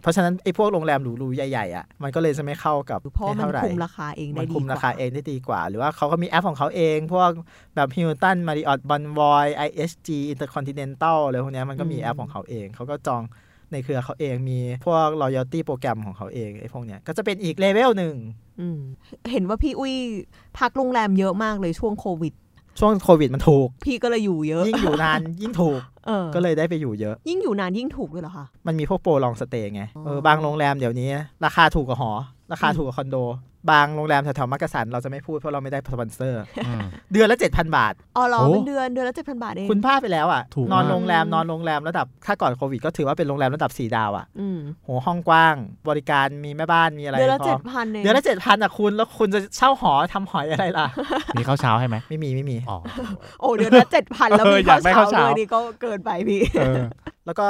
S2: เพราะฉะนั้นไอ้พวกโรงแรมหรูๆใหญ่ๆอ่ะมันก็เลยจะไม่เข้ากับ
S3: เพราะว่า
S2: ไม่
S3: มัน
S2: เท่าไหร่
S3: คุมราคาเอง
S2: มั
S3: ได้
S2: น
S3: ดีกว่า
S2: คุ
S3: ม
S2: มราคาเองได้ดีกว่า หรือว่าเขาก็มีแอปของเขาเอง พวกแบบฮิ l ตันมาริออตบอนวอยไอเอสจีอินเตอร์คอนติเนนตัลอะไรพวกเนี้ยมันก็มี
S3: อืม
S2: แอปของเขาเอง เขาก็จองในเครือเขาเองมีพวก loyalty โปรแกรมของเขาเองไอ้พวกเนี้ยก็จะเป็นอีกเลเวลหนึ่ง
S3: อืมเห็นว่าพี่อุ้ยพักโรงแรมเยอะมากเลยช่วงโควิด
S2: ช่วงโควิดมัน ถูก
S3: พี่ก็เลยอยู่เยอะ
S2: ยิ่งอยู่นาน ยิ่งถูก
S3: เออ
S2: ก็เลยได้ไปอยู่เยอะ
S3: ยิ่งอยู่นานยิ่งถูกด้วยเหรอคะ
S2: มันมีพวกโปรลองสเตย์ไง
S3: อ๋อ
S2: เออบางโรงแรมเดี๋ยวนี้ ราคาถูกกว่าหอ ราคาถูกกว่าคอนโด บางโรงแรมแถวๆมักกะสันเราจะไม่พูดเพราะเราไม่ได้สปอนเซอ ร์
S1: อืม
S2: เดือนละ7,000บาท
S3: อ๋อเหรอ
S1: โอ้
S3: เป็นเดือนเดือนละเจ็ดพันบาทเอง
S2: คุณพลาดไปแล้วอ่ะ
S1: ถูก
S2: นอน
S1: มาก
S2: โรงแรมนอนโรงแรมระดับ ถ้าก่อนโควิดก็ถือว่าเป็นโรงแรมระดับ 4 ดาวอ่ะ
S3: อืม
S2: โหห้องกว้าง บริการมีแม่บ้านมีอะไร
S3: เดือนละ
S2: พร้
S3: เจ็
S2: อ
S3: ด
S2: ม
S3: พันเอง
S2: เดือนละเจ็ดพันอ่ะคุณ แล้วคุณจะเช่าหอทำหอยอะไรล่ะ
S1: มีข้าวเช้าให้ไหม
S2: ไม่มีไม่มี
S1: อ๋อ
S3: โอ้เดือนละเจ็ดพันแล้ว
S1: เออ
S3: มี
S1: อยากได้
S3: ข้าว
S1: ข้าว
S3: เช้า
S1: เช้า
S3: ด้วยนี่ก็เกินไปพี่
S1: เออ
S2: แล้วก็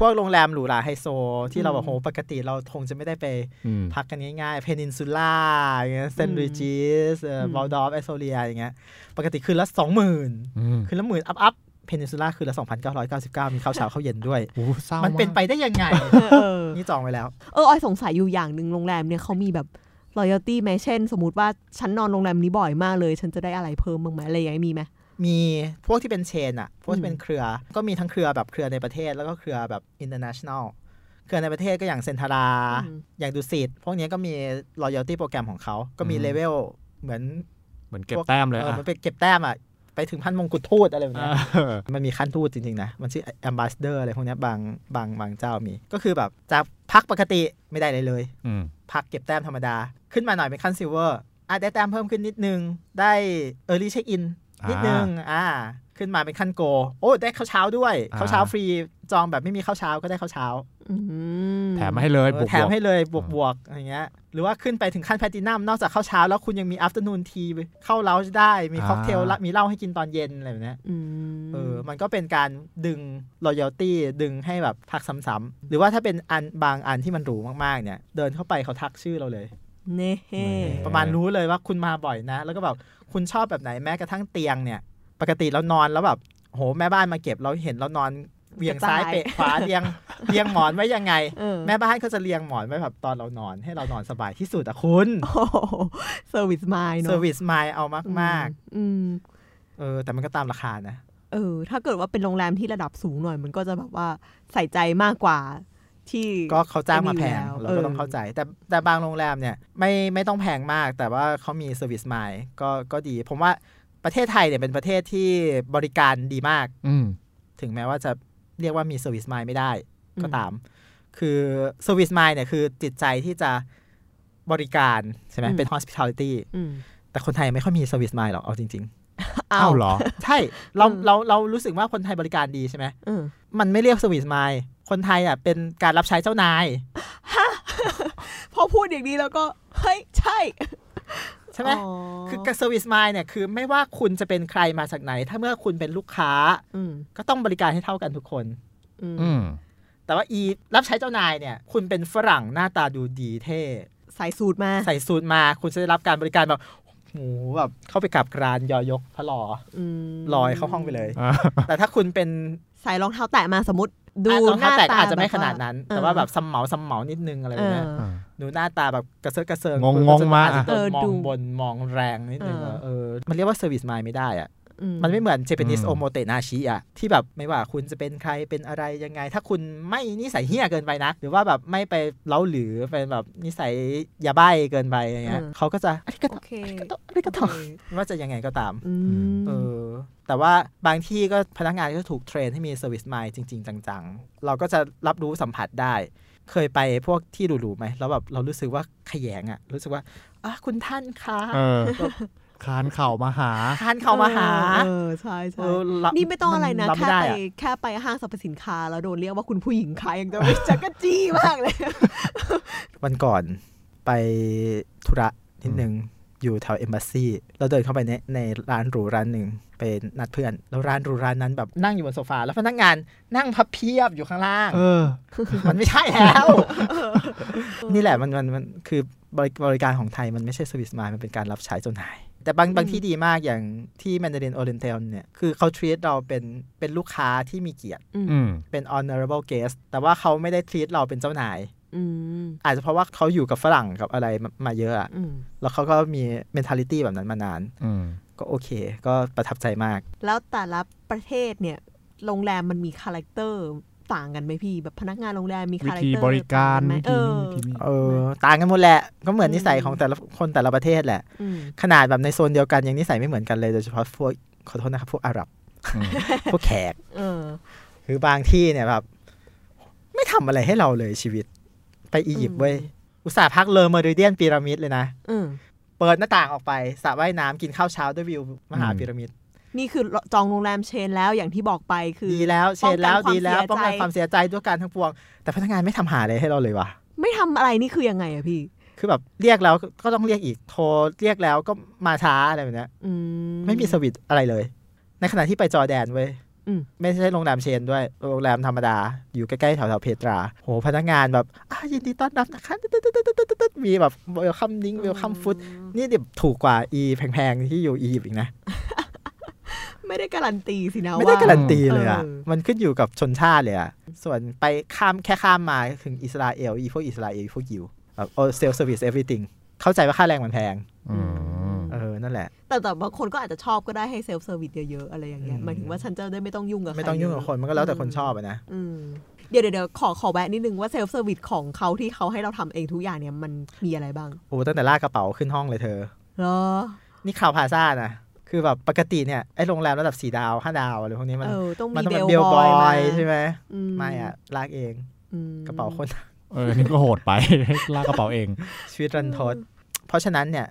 S2: พวกโรงแรมหรูหราไฮโซ ที่เรา
S3: อืม
S2: บอกโหปกติเราคงจะไม่ได้ไป
S1: อืม
S2: พักกันง่ายๆเพนินซูล่าอย่างเงี้ยเซนต์ลุยจิส
S3: อืม
S2: บอลดอฟแอสโซเลียอย่างเงี้ยปกติคืนละสองหมื่น
S1: อืม
S2: คืนละหมื่นอัพอัพเพนินซูล่าคืนละ2,999มีข้าวเช้าข้าวเย็นด้วย
S1: โอ้เศร้า
S2: มั
S1: มัน
S2: เป็นไปได้ยังไง
S3: เออ
S2: นี่จองไว้แล้ว
S3: เออออยสงสัยอยู่อย่างหนึ่งโรงแรมเนี่ยเขามีแบบ loyalty ไหมเช่น สมมติว่าฉันนอนโรงแรมนี้บ่อยมากเลย ฉันจะได้อะไรเพิ่มบ้างไหมอะไรอย่างนี้มีไหม
S2: มีพวกที่เป็นเชนอะพวก
S3: อื
S2: ที่
S3: ม
S2: เป็นเครือ ก็มีทั้งเครือแบบเครือในประเทศแล้วก็เครือแบบ international เครือในประเทศก็อย่างเซนทารา
S3: ม
S2: อย่างดุสิตพวกเนี้ยก็มี loyalty โปรแกรมของเขา ก็มีเลเวลเหมือน
S1: เหมือนเก็บแต้ม
S2: เอ
S1: เลย
S2: อ
S1: อ่ะ
S2: มันไปเก็บแต้มอะไปถึงพันมงกุฎทูตอะไรแบบเนี้ย
S1: เออ
S2: มันมีขั้นทูตจริง ๆ นะ มันชื่อ ambassador อะไรพวกเนี้ยบางบางบางเจ้ามี ก็คือแบบจากพักปกติไม่ได้เลยเลย
S1: อืม
S2: พักเก็บแต้มธรรมดา ขึ้นมาหน่อยเป็นขั้นซิลเวอร์อ่ะได้แต้มเพิ่มขึ้นนิดนึง ได้ Early Check In
S1: อ่านิ
S2: นิดนึงอ่า ขึ้นมาเป็นขั้นโก โอ้ได้ข้าวเช้าด้วย
S1: อ่า
S2: ข้าวเช้าฟรีจองแบบไม่มีข้าวเช้าก็ได้ข้าวเช้า
S3: อืม
S1: แถมมาให้เลย
S2: เอบ อ
S1: วก
S2: แถมให้เลยบวกบวกๆอย่างเงี้ยหรือว่าขึ้นไปถึงขั้นแพลตินัมนอกจากข้าวเช้าแล้วคุณยังมี afternoon tea เข้าเลาจ์ได้มีค็อกเทลละมีเหล้าให้กินตอนเย็นอะไรแบบเนี้ย
S3: อืม
S2: เออมันก็เป็นการดึง loyalty ดึงให้แบบทักซ้ำๆหรือว่าถ้าเป็นอันบางอันที่มันหรูมากๆเนี่ยเดินเข้าไปเขาทักชื่อเราเลย
S3: เน่เฮ้
S2: ประมาณรู้เลยว่าคุณมาบ่อยนะ แล้วก็แบบคุณชอบแบบไหนแม้กระทั่งเตียงเนี่ย ปกติเรานอนแล้วแบบโหแม่บ้านมาเก็บเราเห็นเรานอนเวียงซ้ายเปะขวาเรียง เรียงหมอนไว้ยังไง
S3: เออ
S2: แม่บ้านก็จะเรียงหมอนไว้แบบตอนเรานอน ให้เรานอนสบายที่สุดอะคุณ
S3: โอ้เซอร์วิสมายเน
S2: เซ
S3: อะ
S2: อร์วิสมายเอามาก
S3: อืม
S2: ๆเออแต่มันก็ตามราคานะ
S3: เออ ถ้าเกิดว่าเป็นโรงแรมที่ระดับสูงหน่อย มันก็จะแบบว่าใส่ใจมากกว่า ที่
S2: ก็เขาจ้างมาแพง
S3: ไม่มีแล้ว
S2: เราก็ต้อง
S3: เออ
S2: เข้าใจ แต่แต่บางโรงแรมเนี่ยไม่ไม่ต้องแพงมาก แต่ว่าเขามีเซอร์วิสมายก็ก็ดี ผมว่า ประเทศไทยเนี่ยเป็นประเทศที่บริการดีมาก
S1: อืม
S2: ถึงแม้ว่าจะเรียกว่ามีเซอร์วิสไมไม่ได้
S3: อืม
S2: ก็ตาม คือเซอร์วิสไมเนี่ยคือจิตใจที่จะบริการใช่ไหม
S3: อืม
S2: เป็น hospitality
S3: อืม
S2: แต่คนไทยไม่ค่อยมีเซอร์วิสไมหรอกเอาจริง
S3: เอา
S1: อ้าวเหรอ
S2: ๆ ใช่เรา
S3: อืม
S2: เราเรารู้สึกว่าคนไทยบริการดีใช่ไหม
S3: เออ
S2: มันไม่เรียกเซอร์วิสไมคนไทยอ่ะเป็นการรับใช้เจ้านาย
S3: พอพูดอย่างนี้แล้วก็ เฮ้ย ใช่
S2: ใช่ไหม
S3: อ๋อ
S2: คือการเซอร์วิสไมเนี่ยคือไม่ว่าคุณจะเป็นใครมาจากไหน ถ้าเมื่อคุณเป็นลูกค้า
S3: อืม
S2: ก็ต้องบริการให้เท่ากันทุกคน
S3: อืม
S1: อืม
S2: แต่ว่าอีรับใช้เจ้านายเนี่ย คุณเป็นฝรั่งหน้าตาดูดีเท่
S3: ใส่สูตรมา
S2: ใส่สูทมาคุณจะได้รับการบริการแบบโหแบบเข้าไปกับกรานยอยกพระหลอ
S3: อืม
S2: ลอยเข้าห้องไปเลย
S1: อ่า
S2: แต่ถ้าคุณเป็น
S3: ใส่รองเท้าแตะมาสมมติ ดู
S2: อ่ะรอง
S3: ห
S2: เท้า
S3: น้า
S2: แตะก็
S3: ตา
S2: อาจจะไม่
S3: บบ
S2: ขนาดนั้น
S3: เออ
S2: แต่ว่าแบบสมเหมาสมเหมานิดนึงอะไร
S3: เอ
S2: แบบเนี้ย
S3: อ
S1: อ่า
S2: ดูหน้าตาแบบกระเซาะกระเซิง
S1: งงๆ
S2: คุณก็จะ
S1: มา
S2: อาจจะโด
S3: เออน
S2: มอ
S3: ดู
S2: งบนมองแรงนิดนึง
S3: เออ
S2: ว่าเออมันเรียกว่าเซอร์วิสมายไม่ได้อะ
S3: อื
S2: มันไม่เหมือนเจแปนิส
S1: อืม
S2: โอโมเตนาชิอะที่แบบไม่ว่าคุณจะเป็นใครเป็นอะไรยังไง ถ้าคุณไม่นิสัยเหี้ยเกินไปนะหรือว่าแบบไม่ไปเล้าหรือเป็นแบบนิสัยยาใบ้เกินไปอะไรเงี้ย
S3: เออ
S2: เขาก็จะอะไรก็
S3: โอเค
S2: ตองอะไรก็ตอง
S3: โเค
S2: ว่าจะยังไงก็ตาม
S3: อืม
S2: เออ แต่ว่าบางที่ก็พนักงานก็ถูกเทรนให้มีเซอร์วิสไมล์จริง ๆ จัง ๆ เราก็จะรับรู้สัมผัสได้ เคยไปพวกที่หรูๆไหม แล้วแบบเรารู้สึกว่าขยงอะรู้สึกว่าอ่ะคุณท่านคะ
S1: เออคานเข่ามาหา
S2: ท่านเข้ามาหา
S3: เออใช่ใช่
S2: เออรับ
S3: นี่ไม่ต้องอะไรนะ
S2: รับ
S3: แค่
S2: ไม่ได้
S3: ไป
S2: อะ
S3: แค่ไปห้างสรรพสินค้า แล้วโดนเรียกว่าคุณผู้หญิงขายอย่างเดี ยวจักรจี้มากเลย
S2: วันก่อนไปธุระนิดนึง อยู่แถวเอมบัสซี่เราเดินเข้าไปในในร้านหรูร้านหนึ่งไปนัดเพื่อน แล้วร้านหรูร้านนั้นแบบนั่งอยู่บนโซฟา แล้วพนักงานนั่งพับเพียบอยู่ข้างล่าง
S1: เออ
S2: มันไม่ใช่แล้ว นี่แหละมันมันมันคือบริบริการของไทยมันไม่ใช่สวิสมามันเป็นการรับใช้เจ้านาย แต่บางบางที่ดีมากอย่างที่แมนดารินโอเรนเทลเนี่ย คือเขา treat เราเป็นเป็นลูกค้าที่มีเกียรติ
S1: อืม
S2: เป็น honorable guest แต่ว่าเขาไม่ได้ treat เราเป็นเจ้านาย
S3: อืม
S2: อาจจะเพราะว่าเขาอยู่กับฝรั่งกับอะไรมามาเยอะอะ
S3: อืม
S2: แล้วเขาก็มี mentality แบบนั้นมานาน
S1: อืม
S2: ก็โอเค ก็ประทับใจมาก
S3: แล้วแต่ละประเทศเนี่ย โรงแรมมันมีคาแรคเตอร์ต่างกันไหมพี่ แบบพนักงานโรงแรมมี
S1: วิ
S3: คาแรค
S1: ธี
S3: เตอร์
S1: บริการ
S3: ต่งนไหม
S1: วิ
S3: เอ
S1: ธี
S3: อ
S1: นู่นวิธีนี้
S2: เออต่างกันหมดแหละ ก็เหมือน
S3: อืม
S2: นิสัยของแต่ละคนแต่ละประเทศแหละ
S3: อืม
S2: ขนาดแบบในโซนเดียวกันยังนิสัยไม่เหมือนกันเลยโดยเฉพาะพวกขอโทษนะครับพวกอาหรับ
S1: อืม
S2: พวกแขก
S3: เออ
S2: คือบางที่เนี่ยแบบไม่ทำอะไรให้เราเลยชีวิต ไปอียิป
S3: อื
S2: ต์
S3: ม
S2: เว้ย อุตส่าห์พักเลอเมอริเดียนพีระมิดเลยนะ
S3: เออ
S2: เปิดหน้าต่างออกไปสระว่ายน้ำกินข้าวเช้าด้วยวิวมหา
S1: อืม
S2: พีระมิด
S3: นี่คือจองโรงแรมเชนแล้วอย่างที่บอกไปคือ
S2: ดีแล้วเชนแล้ว
S3: ป้องกัน
S2: ดีแล้ว
S3: ความเสียใจ
S2: ป้องกันความเสียใจด้วยการทั้งปวง แต่พนักงานไม่ทำหาอะไรให้เราเลยว่ะ
S3: ไม่ทำอะไรนี่คือยังไงอะพี่
S2: คือแบบเรียกแล้วก็ต้องเรียกอีกโทรเรียกแล้วก็มาช้าอะไรแบบเนี้ย
S3: อืม
S2: ไม่มีสวิตช์อะไรเลย ในขณะที่ไปจอร์แดนเว้ย
S3: อืม
S2: ไม่ใช่โรงแรมเชนด้วยโรงแรมธรรมดา อยู่ใกล้ๆแถวๆเพตรา โหพนักงานแบบอ่ะยินดีต้อนรับนะคะ ตึ๊ดๆๆๆๆมีแบบเวลคัมดิ้งเวลคัมฟุตนี่เดี๋ยวถูกกว่าอีแพงๆที่อยู่อียิปต์อีกนะ
S3: ไม่ได้การันตีสินะ
S2: ไม่ได้
S3: ว่
S2: การันตีเลยอ่ะ
S3: เออ
S2: มันขึ้นอยู่กับชนชาติเลยอ่ะ ส่วนไปข้ามแค่ข้ามมาถึงอิสราเอลอีพวกอิสราเอลอีพวกยิวแบบโอเซลเซอร์วิสเอฟวริติงเข้าใจว่าค่าแรงมันแพง
S1: อืม
S2: เออนั่นแหละ
S3: แต่แต่บางคนก็อาจจะชอบก็ได้ให้เซลฟ์เซอร์วิสเยอะๆ อะไรอย่างเงี้ย
S2: อืม
S3: หมายถึงว่าฉันจะได้ไม่ต้องยุ่งกับใคร
S2: ไม่ต้องยุ่งกับคนมันก็แล้วแต่คนชอบอะนะ
S3: อืมเดี๋ยวเดี๋ยวเดี๋ยวขอขอแวะนิดนึงว่าเซลฟ์เซอร์วิสของเขาที่เขาให้เราทำเองทุกอย่างเนี่ยมันมีอะไรบ้าง
S2: โอ้ตั้งแต่ลากกระเป๋าขึ้นห้องเลยเธอ
S3: เหรอ
S2: นี่ข่าวพาซ่านะ คือแบบปกติเนี่ย ไอ้โรงแรมระดับสี่ดาวห้าดาวอะไรพวกนี้มัน
S3: เออต้อง
S2: มั
S3: มี
S2: ต้อง
S3: เบ
S2: เป็น
S3: ล
S2: เบล
S3: บบ อ
S2: อย
S3: มาย
S2: ใช่ไหม
S3: อื
S2: ไม่อะลากเอง
S3: อืม
S2: กระเป๋าคน
S1: เออ นี่ก็โหดไป ลากกระเป๋าเอง
S2: ชีวิตรันทด เพราะฉะนั้นเนี่ย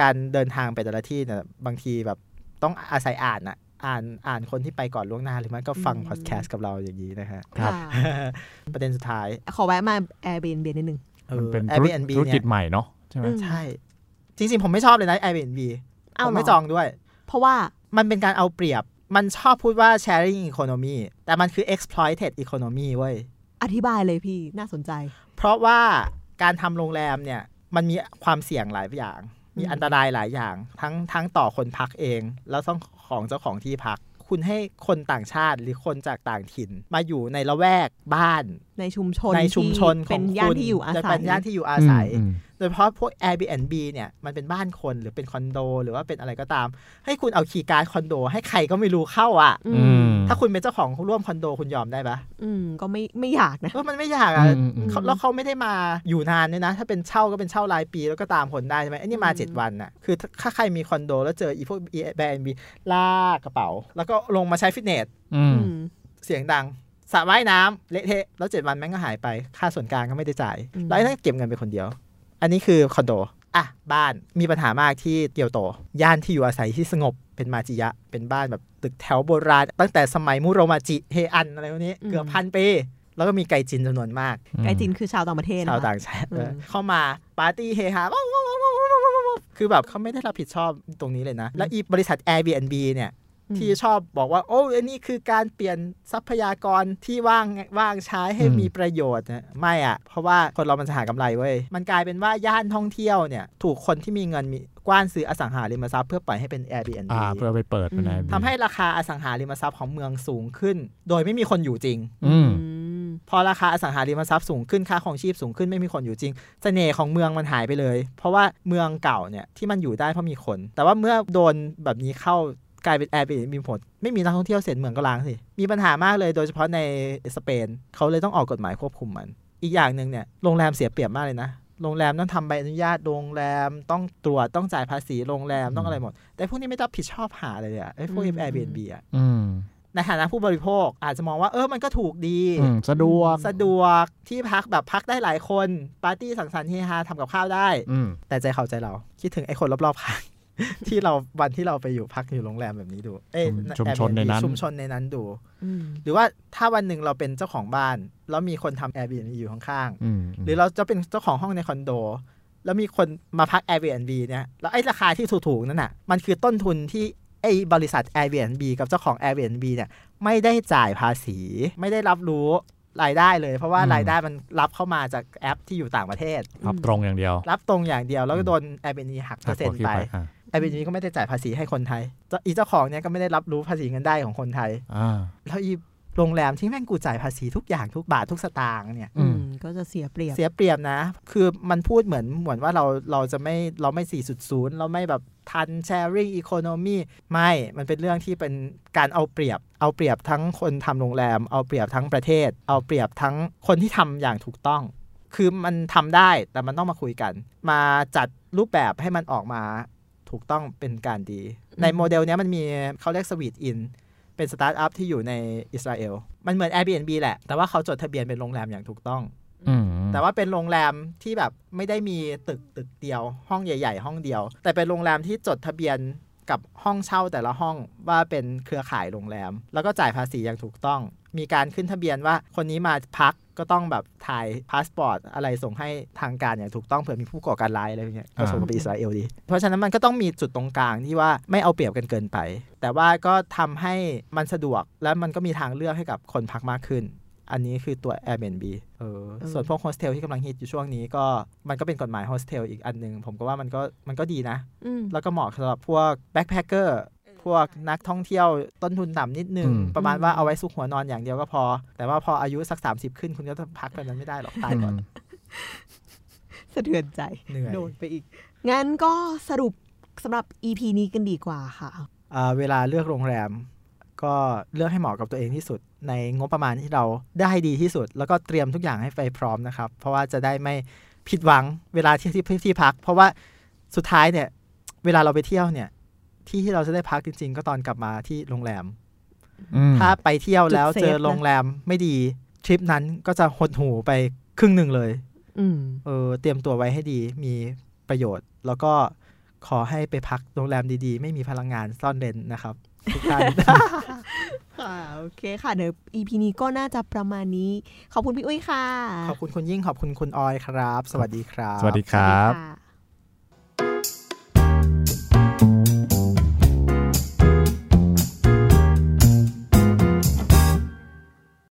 S2: การเดินทางไปแต่ละที่เนี่ยบางทีแบบต้องอาศัยอ่านอะอ่านอ่านคนที่ไปก่อนล่วงหน้า หรือไม่ก็ฟังพอดแคสต์กับเราอย่างนี้ นะฮะ
S1: ครับ
S3: ะ
S2: ประเด็นสุดท้าย
S3: ขอแวะมา Airbnb นิดนึง
S1: มันเป็น
S2: เออ
S1: ธุร
S2: Airbnb
S1: ธุร
S2: เนี่
S1: กิจ
S2: ย
S1: ใหม่เนาะใช่ไหม
S3: อืม
S2: ใช่ จริงๆ ผมไม่ชอบเลยนะ Airbnb
S3: เอา
S2: ผ
S3: ว
S2: ม
S3: เหร
S2: ไม่
S3: อ
S2: จองด้วย
S3: เพราะว่า
S2: มันเป็นการเอาเปรียบ มันชอบพูดว่า sharing economy แต่มันคือ exploited economy เว้ย
S3: อธิบายเลยพี่น่าสนใจ
S2: เพราะว่าการทำโรงแรมเนี่ย มันมีความเสี่ยงหลายอย่าง
S3: อืม
S2: มีอันตรายหลายอย่าง ทั้งทั้งต่อคนพักเอง แล้วต้องของเจ้าของที่พัก คุณให้คนต่างชาติหรือคนจากต่างถิ่น มาอยู่ในละแวกบ้าน
S3: ในชุมชน
S2: ในชุมชน
S3: ที่
S2: ของ
S3: เป็นย่าน
S2: คุณ
S3: ที่อยู่อา
S2: จะ
S3: ศั
S2: เป็
S3: ย
S2: นย่านที่อยู่อาศัย โดยเฉพาะพวก Airbnb เนี่ยมันเป็นบ้านคนหรือเป็นคอนโด หรือว่าเป็นอะไรก็ตาม ให้คุณเอาคีย์การ์ดคอนโด ให้ใครก็ไม่รู้เข้าอ่ะ
S3: อื
S1: อื
S3: ม
S1: ม
S2: ถ้าคุณเป็นเจ้าของร่วมคอนโดคุณยอมได้ปะ
S3: อืมก็ไม่ไม่อยากนะ
S2: เออมันไม่อยาก
S1: อื
S2: อะ
S1: มอืมอืม
S2: เขาแล้วเขาไม่ได้มาอยู่นานเนี่ยนะ ถ้าเป็นเช่าก็เป็นเช่ารายปีแล้วก็ตามผลได้ใช่ไหมไอ้นี่มา
S3: อืม
S2: เจ็ดวันน่ะคือถ้าใครมีคอนโดแล้วเจออีพวกแบรนด์บีลากกระเป๋า แล้วก็ลงมาใช้ฟิตเนส
S1: อืม
S3: อืม
S2: เสียงดังสระว่ายน้ำเละเทะแล้วเจ็ดวันแม่งก็หายไป ค่าส่วนกลางก็ไม่ได้จ่าย
S3: อืม
S2: แล้วไอ้นั่นเก็บเงินไปคนเดียว อันนี้คือคอนโดอ่ะบ้านมีปัญหามากที่เกียวโต ย่านที่อยู่อาศัยที่สงบเป็นมาจิยะ เป็นบ้านแบบตึกแถวโบราณ ตั้งแต่สมัยมุโรมาจิเฮอันอะไรพวกนี้เกือบพันปีแล้วก็มีไกจินจำนวนมาก
S3: ไกจินคือชาวต่างประเทศนะ
S2: ชาว
S3: คะ
S2: ต่างชาติ
S3: อืม
S2: เข้ามาปาร์ตี้เฮฮาว้าวว้าวว้าวว้าวว้าวว้าวคือแบบเขาไม่ได้รับผิดชอบตรงนี้เลยนะ แล้วอีบริษัท Airbnb เนี่ย ที่ชอบบอกว่า โอ้อันนี้คือการเปลี่ยนทรัพยากรที่ว่างว่างใช้ให้มีประโยชน์นะไม่อะเพราะว่าคนเรามันจะหากำไรเว้ย มันกลายเป็นว่าย่านท่องเที่ยวเนี่ย ถูกคนที่มีเงินมีกว้านซื้ออสังหาริมทรัพย์เพื่อปล่อยให้เป็น Airbnb
S1: อ่าเพื่อไปเปิดเป็น
S3: อืม
S1: Airbnb
S2: ทำให้ราคาอสังหาริมทรัพย์ของเมืองสูงขึ้น โดยไม่มีคนอยู่จริง
S1: อืม
S3: ม
S2: พอราคาอสังหาริมทรัพย์สูงขึ้นค่าของชีพสูงขึ้นไม่มีคนอยู่จริง เสน่ห์ของเมืองมันหายไปเลย เพราะว่าเมืองเก่าเนี่ยที่มันอยู่ได้เพราะมีคน แต่ว่าเมื่อโดนแบบนี้เข้ากลายเป็นแอร์บีมีผลไม่มีนักท่องเที่ยวเสร็จเมืองก็ล้างสิ มีปัญหามากเลยโดยเฉพาะในสเปนเขาเลยต้องออกกฎหมายควบคุมมัน อีกอย่างหนึ่งเนี่ยโรงแรมเสียเปรียบมากเลยนะ โรงแรมต้องทำใบอนุญาตโรงแรมต้องตรวจต้องจ่ายภาษีโรงแรมต้องอะไรหมด แต่พวกนี้ไม่รับผิดชอบหาเลยอะไอ้พวก Airbnb อะ
S1: อืม
S2: ในฐานะผู้บริโภคอาจจะมองว่าเออมันก็ถูกดี
S1: อืมสะดวก
S2: สะดวกที่พักแบบพักได้หลายคน ปาร์ตี้สังสรรค์เฮฮาทำกับข้าวได้
S1: อืม
S2: แต่ใจเขาใจเรา คิดถึงไอ้คนรอบๆข้าง ที่เราวันที่เราไปอยู่พักอยู่โรงแรมแบบนี้ดู เอ้ย
S1: ชุม
S2: Airbnb
S1: ชนในนั้น
S2: ชุมชนในนั้นดู
S3: อืม
S2: หรือว่าถ้าวันหนึ่งเราเป็นเจ้าของบ้าน แล้วมีคนทำ Airbnb อยู่ข้าง
S1: อืม
S2: ๆหรือเราจะเป็นเจ้าของห้องในคอนโด แล้วมีคนมาพัก Airbnb เนี่ยแล้วไอ้ราคาที่ถูกๆนั่นน่ะมันคือต้นทุนที่ไอ้บริษัท Airbnb กับเจ้าของ Airbnb เนี่ยไม่ได้จ่ายภาษี ไม่ได้รับรู้รายได้เลย เพราะว่า
S1: อืม
S2: รายได้มันรับเข้ามาจากแอปที่อยู่ต่างประเทศ
S1: รับตรงอย่างเดียว
S2: รับตรงอย่างเดียวแล้วก็โดน Airbnb หักเปอร์เซ็นต์ไป
S1: อ่า
S2: Airbnb ก็ไม่ได้จ่ายภาษีให้คนไทยเจ้าอีเจ้าของเนี่ยก็ไม่ได้รับรู้ภาษีเงินได้ของคนไทย
S1: อ่า
S2: แล้วอีโรงแรมที่แม่งกูจ่ายภาษีทุกอย่างทุกบาททุกสตางค์เนี่ย
S1: อื
S3: อื
S1: ม
S3: มก็จะเสียเปรียบ
S2: เสียเปรียบนะ คือมันพูดเหมือนเหมือนว่าเราเราจะไม่เราไม่ 4.0 เราไม่แบบทันแชร์ริ่งอีโคโนมีไม่ มันเป็นเรื่องที่เป็นการเอาเปรียบ เอาเปรียบทั้งคนทำโรงแรม เอาเปรียบทั้งประเทศ เอาเปรียบทั้งคนที่ทำอย่างถูกต้อง คือมันทำได้แต่มันต้องมาคุยกัน มาจัดรูปแบบให้มันออกมาถูกต้องเป็นการดี ในโมเดลเนี้ยมันมีเขาเรียกสวีทอิน เป็นสตาร์ทอัพที่อยู่ในอิสราเอล มันเหมือน Airbnb แหละ แต่ว่าเขาจดทะเบียนเป็นโรงแรมอย่างถูกต้อง
S1: อืม
S2: แต่ว่าเป็นโรงแรมที่แบบไม่ได้มีตึกตึกเดียว ห้องใหญ่ ๆ ห้องเดียว แต่เป็นโรงแรมที่จดทะเบียนกับห้องเช่าแต่ละห้องว่าเป็นเครือข่ายโรงแรม แล้วก็จ่ายภาษีอย่างถูกต้อง มีการขึ้นทะเบียนว่าคนนี้มาพักก็ต้องแบบถ่ายพาสปอร์ตอะไรส่งให้ทางการอย่างถูกต้องเผื่อมีผู้ก่อการร้ายอะไรอย่างเงี้ยก็ส่งไปอิสราเอลดีเพราะฉะนั้นมันก็ต้องมีจุดตรงกลางที่ว่าไม่เอาเปรียบกันเกินไป แต่ว่าก็ทำให้มันสะดวกและมันก็มีทางเลือกให้กับคนพักมากขึ้น อันนี้คือตัว Airbnb เออ ส่วนพวกโฮสเทลที่กำลังฮิตอยู่ช่วงนี้ก็มันก็เป็นกฎหมายโฮสเทลอีกอันหนึ่งผมก็ว่ามันก็มันก็ดีนะ
S3: อืม
S2: แล้วก็เหมาะสำหรับพวกแบ็คแพคเกอร์พวกนักท่องเที่ยวต้นทุนต่ำนิดนึง ประมาณว่าเอาไว้ซุกหัวนอนอย่างเดียวก็พอ แต่ว่าพออายุสัก 30 ขึ้นคุณก็จะพักแบบนั้นไม่ได้หรอกตายก่อน
S3: สะเทือนใจ
S2: เหนื่อย
S3: โดนไปอีก งั้นก็สรุปสำหรับ EP นี้กันดีกว่าค่ะ
S2: อ่าเวลาเลือกโรงแรม ก็เลือกให้เหมาะกับตัวเองที่สุด ในงบประมาณที่เราได้ดีที่สุด แล้วก็เตรียมทุกอย่างให้ไปพร้อมนะครับ เพราะว่าจะได้ไม่ผิดหวังเวลาที่ที่ ที่พัก เพราะว่าสุดท้ายเนี่ยเวลาเราไปเที่ยวเนี่ย ที่ที่เราจะได้พักจริง ๆ ก็ตอนกลับมาที่โรงแรม
S1: อืม
S2: ถ้าไปเที่ยวแล้ว
S3: จุดเซฟนะ
S2: เจอโรงแรมไม่ดีทริปนั้นก็จะหดหูไปครึ่งหนึ่งเลย
S3: อืม
S2: เออเตรียมตัวไว้ให้ดีมีประโยชน์ แล้วก็ขอให้ไปพักโรงแรมดีๆ ไม่มีพลังงานซ่อนเร้นนะครับทุกท่าน
S3: ค่ะ โอเคค่ะ เดี๋ยว EP นี้ก็น่าจะประมาณนี้ ขอบคุณพี่อุ้ยค่ะ
S2: ขอบคุณคุณยิ่งขอบคุณคุณออยครับ สวัสดีครับ
S1: สวัสดีครับ
S3: สวัสดีค่ะ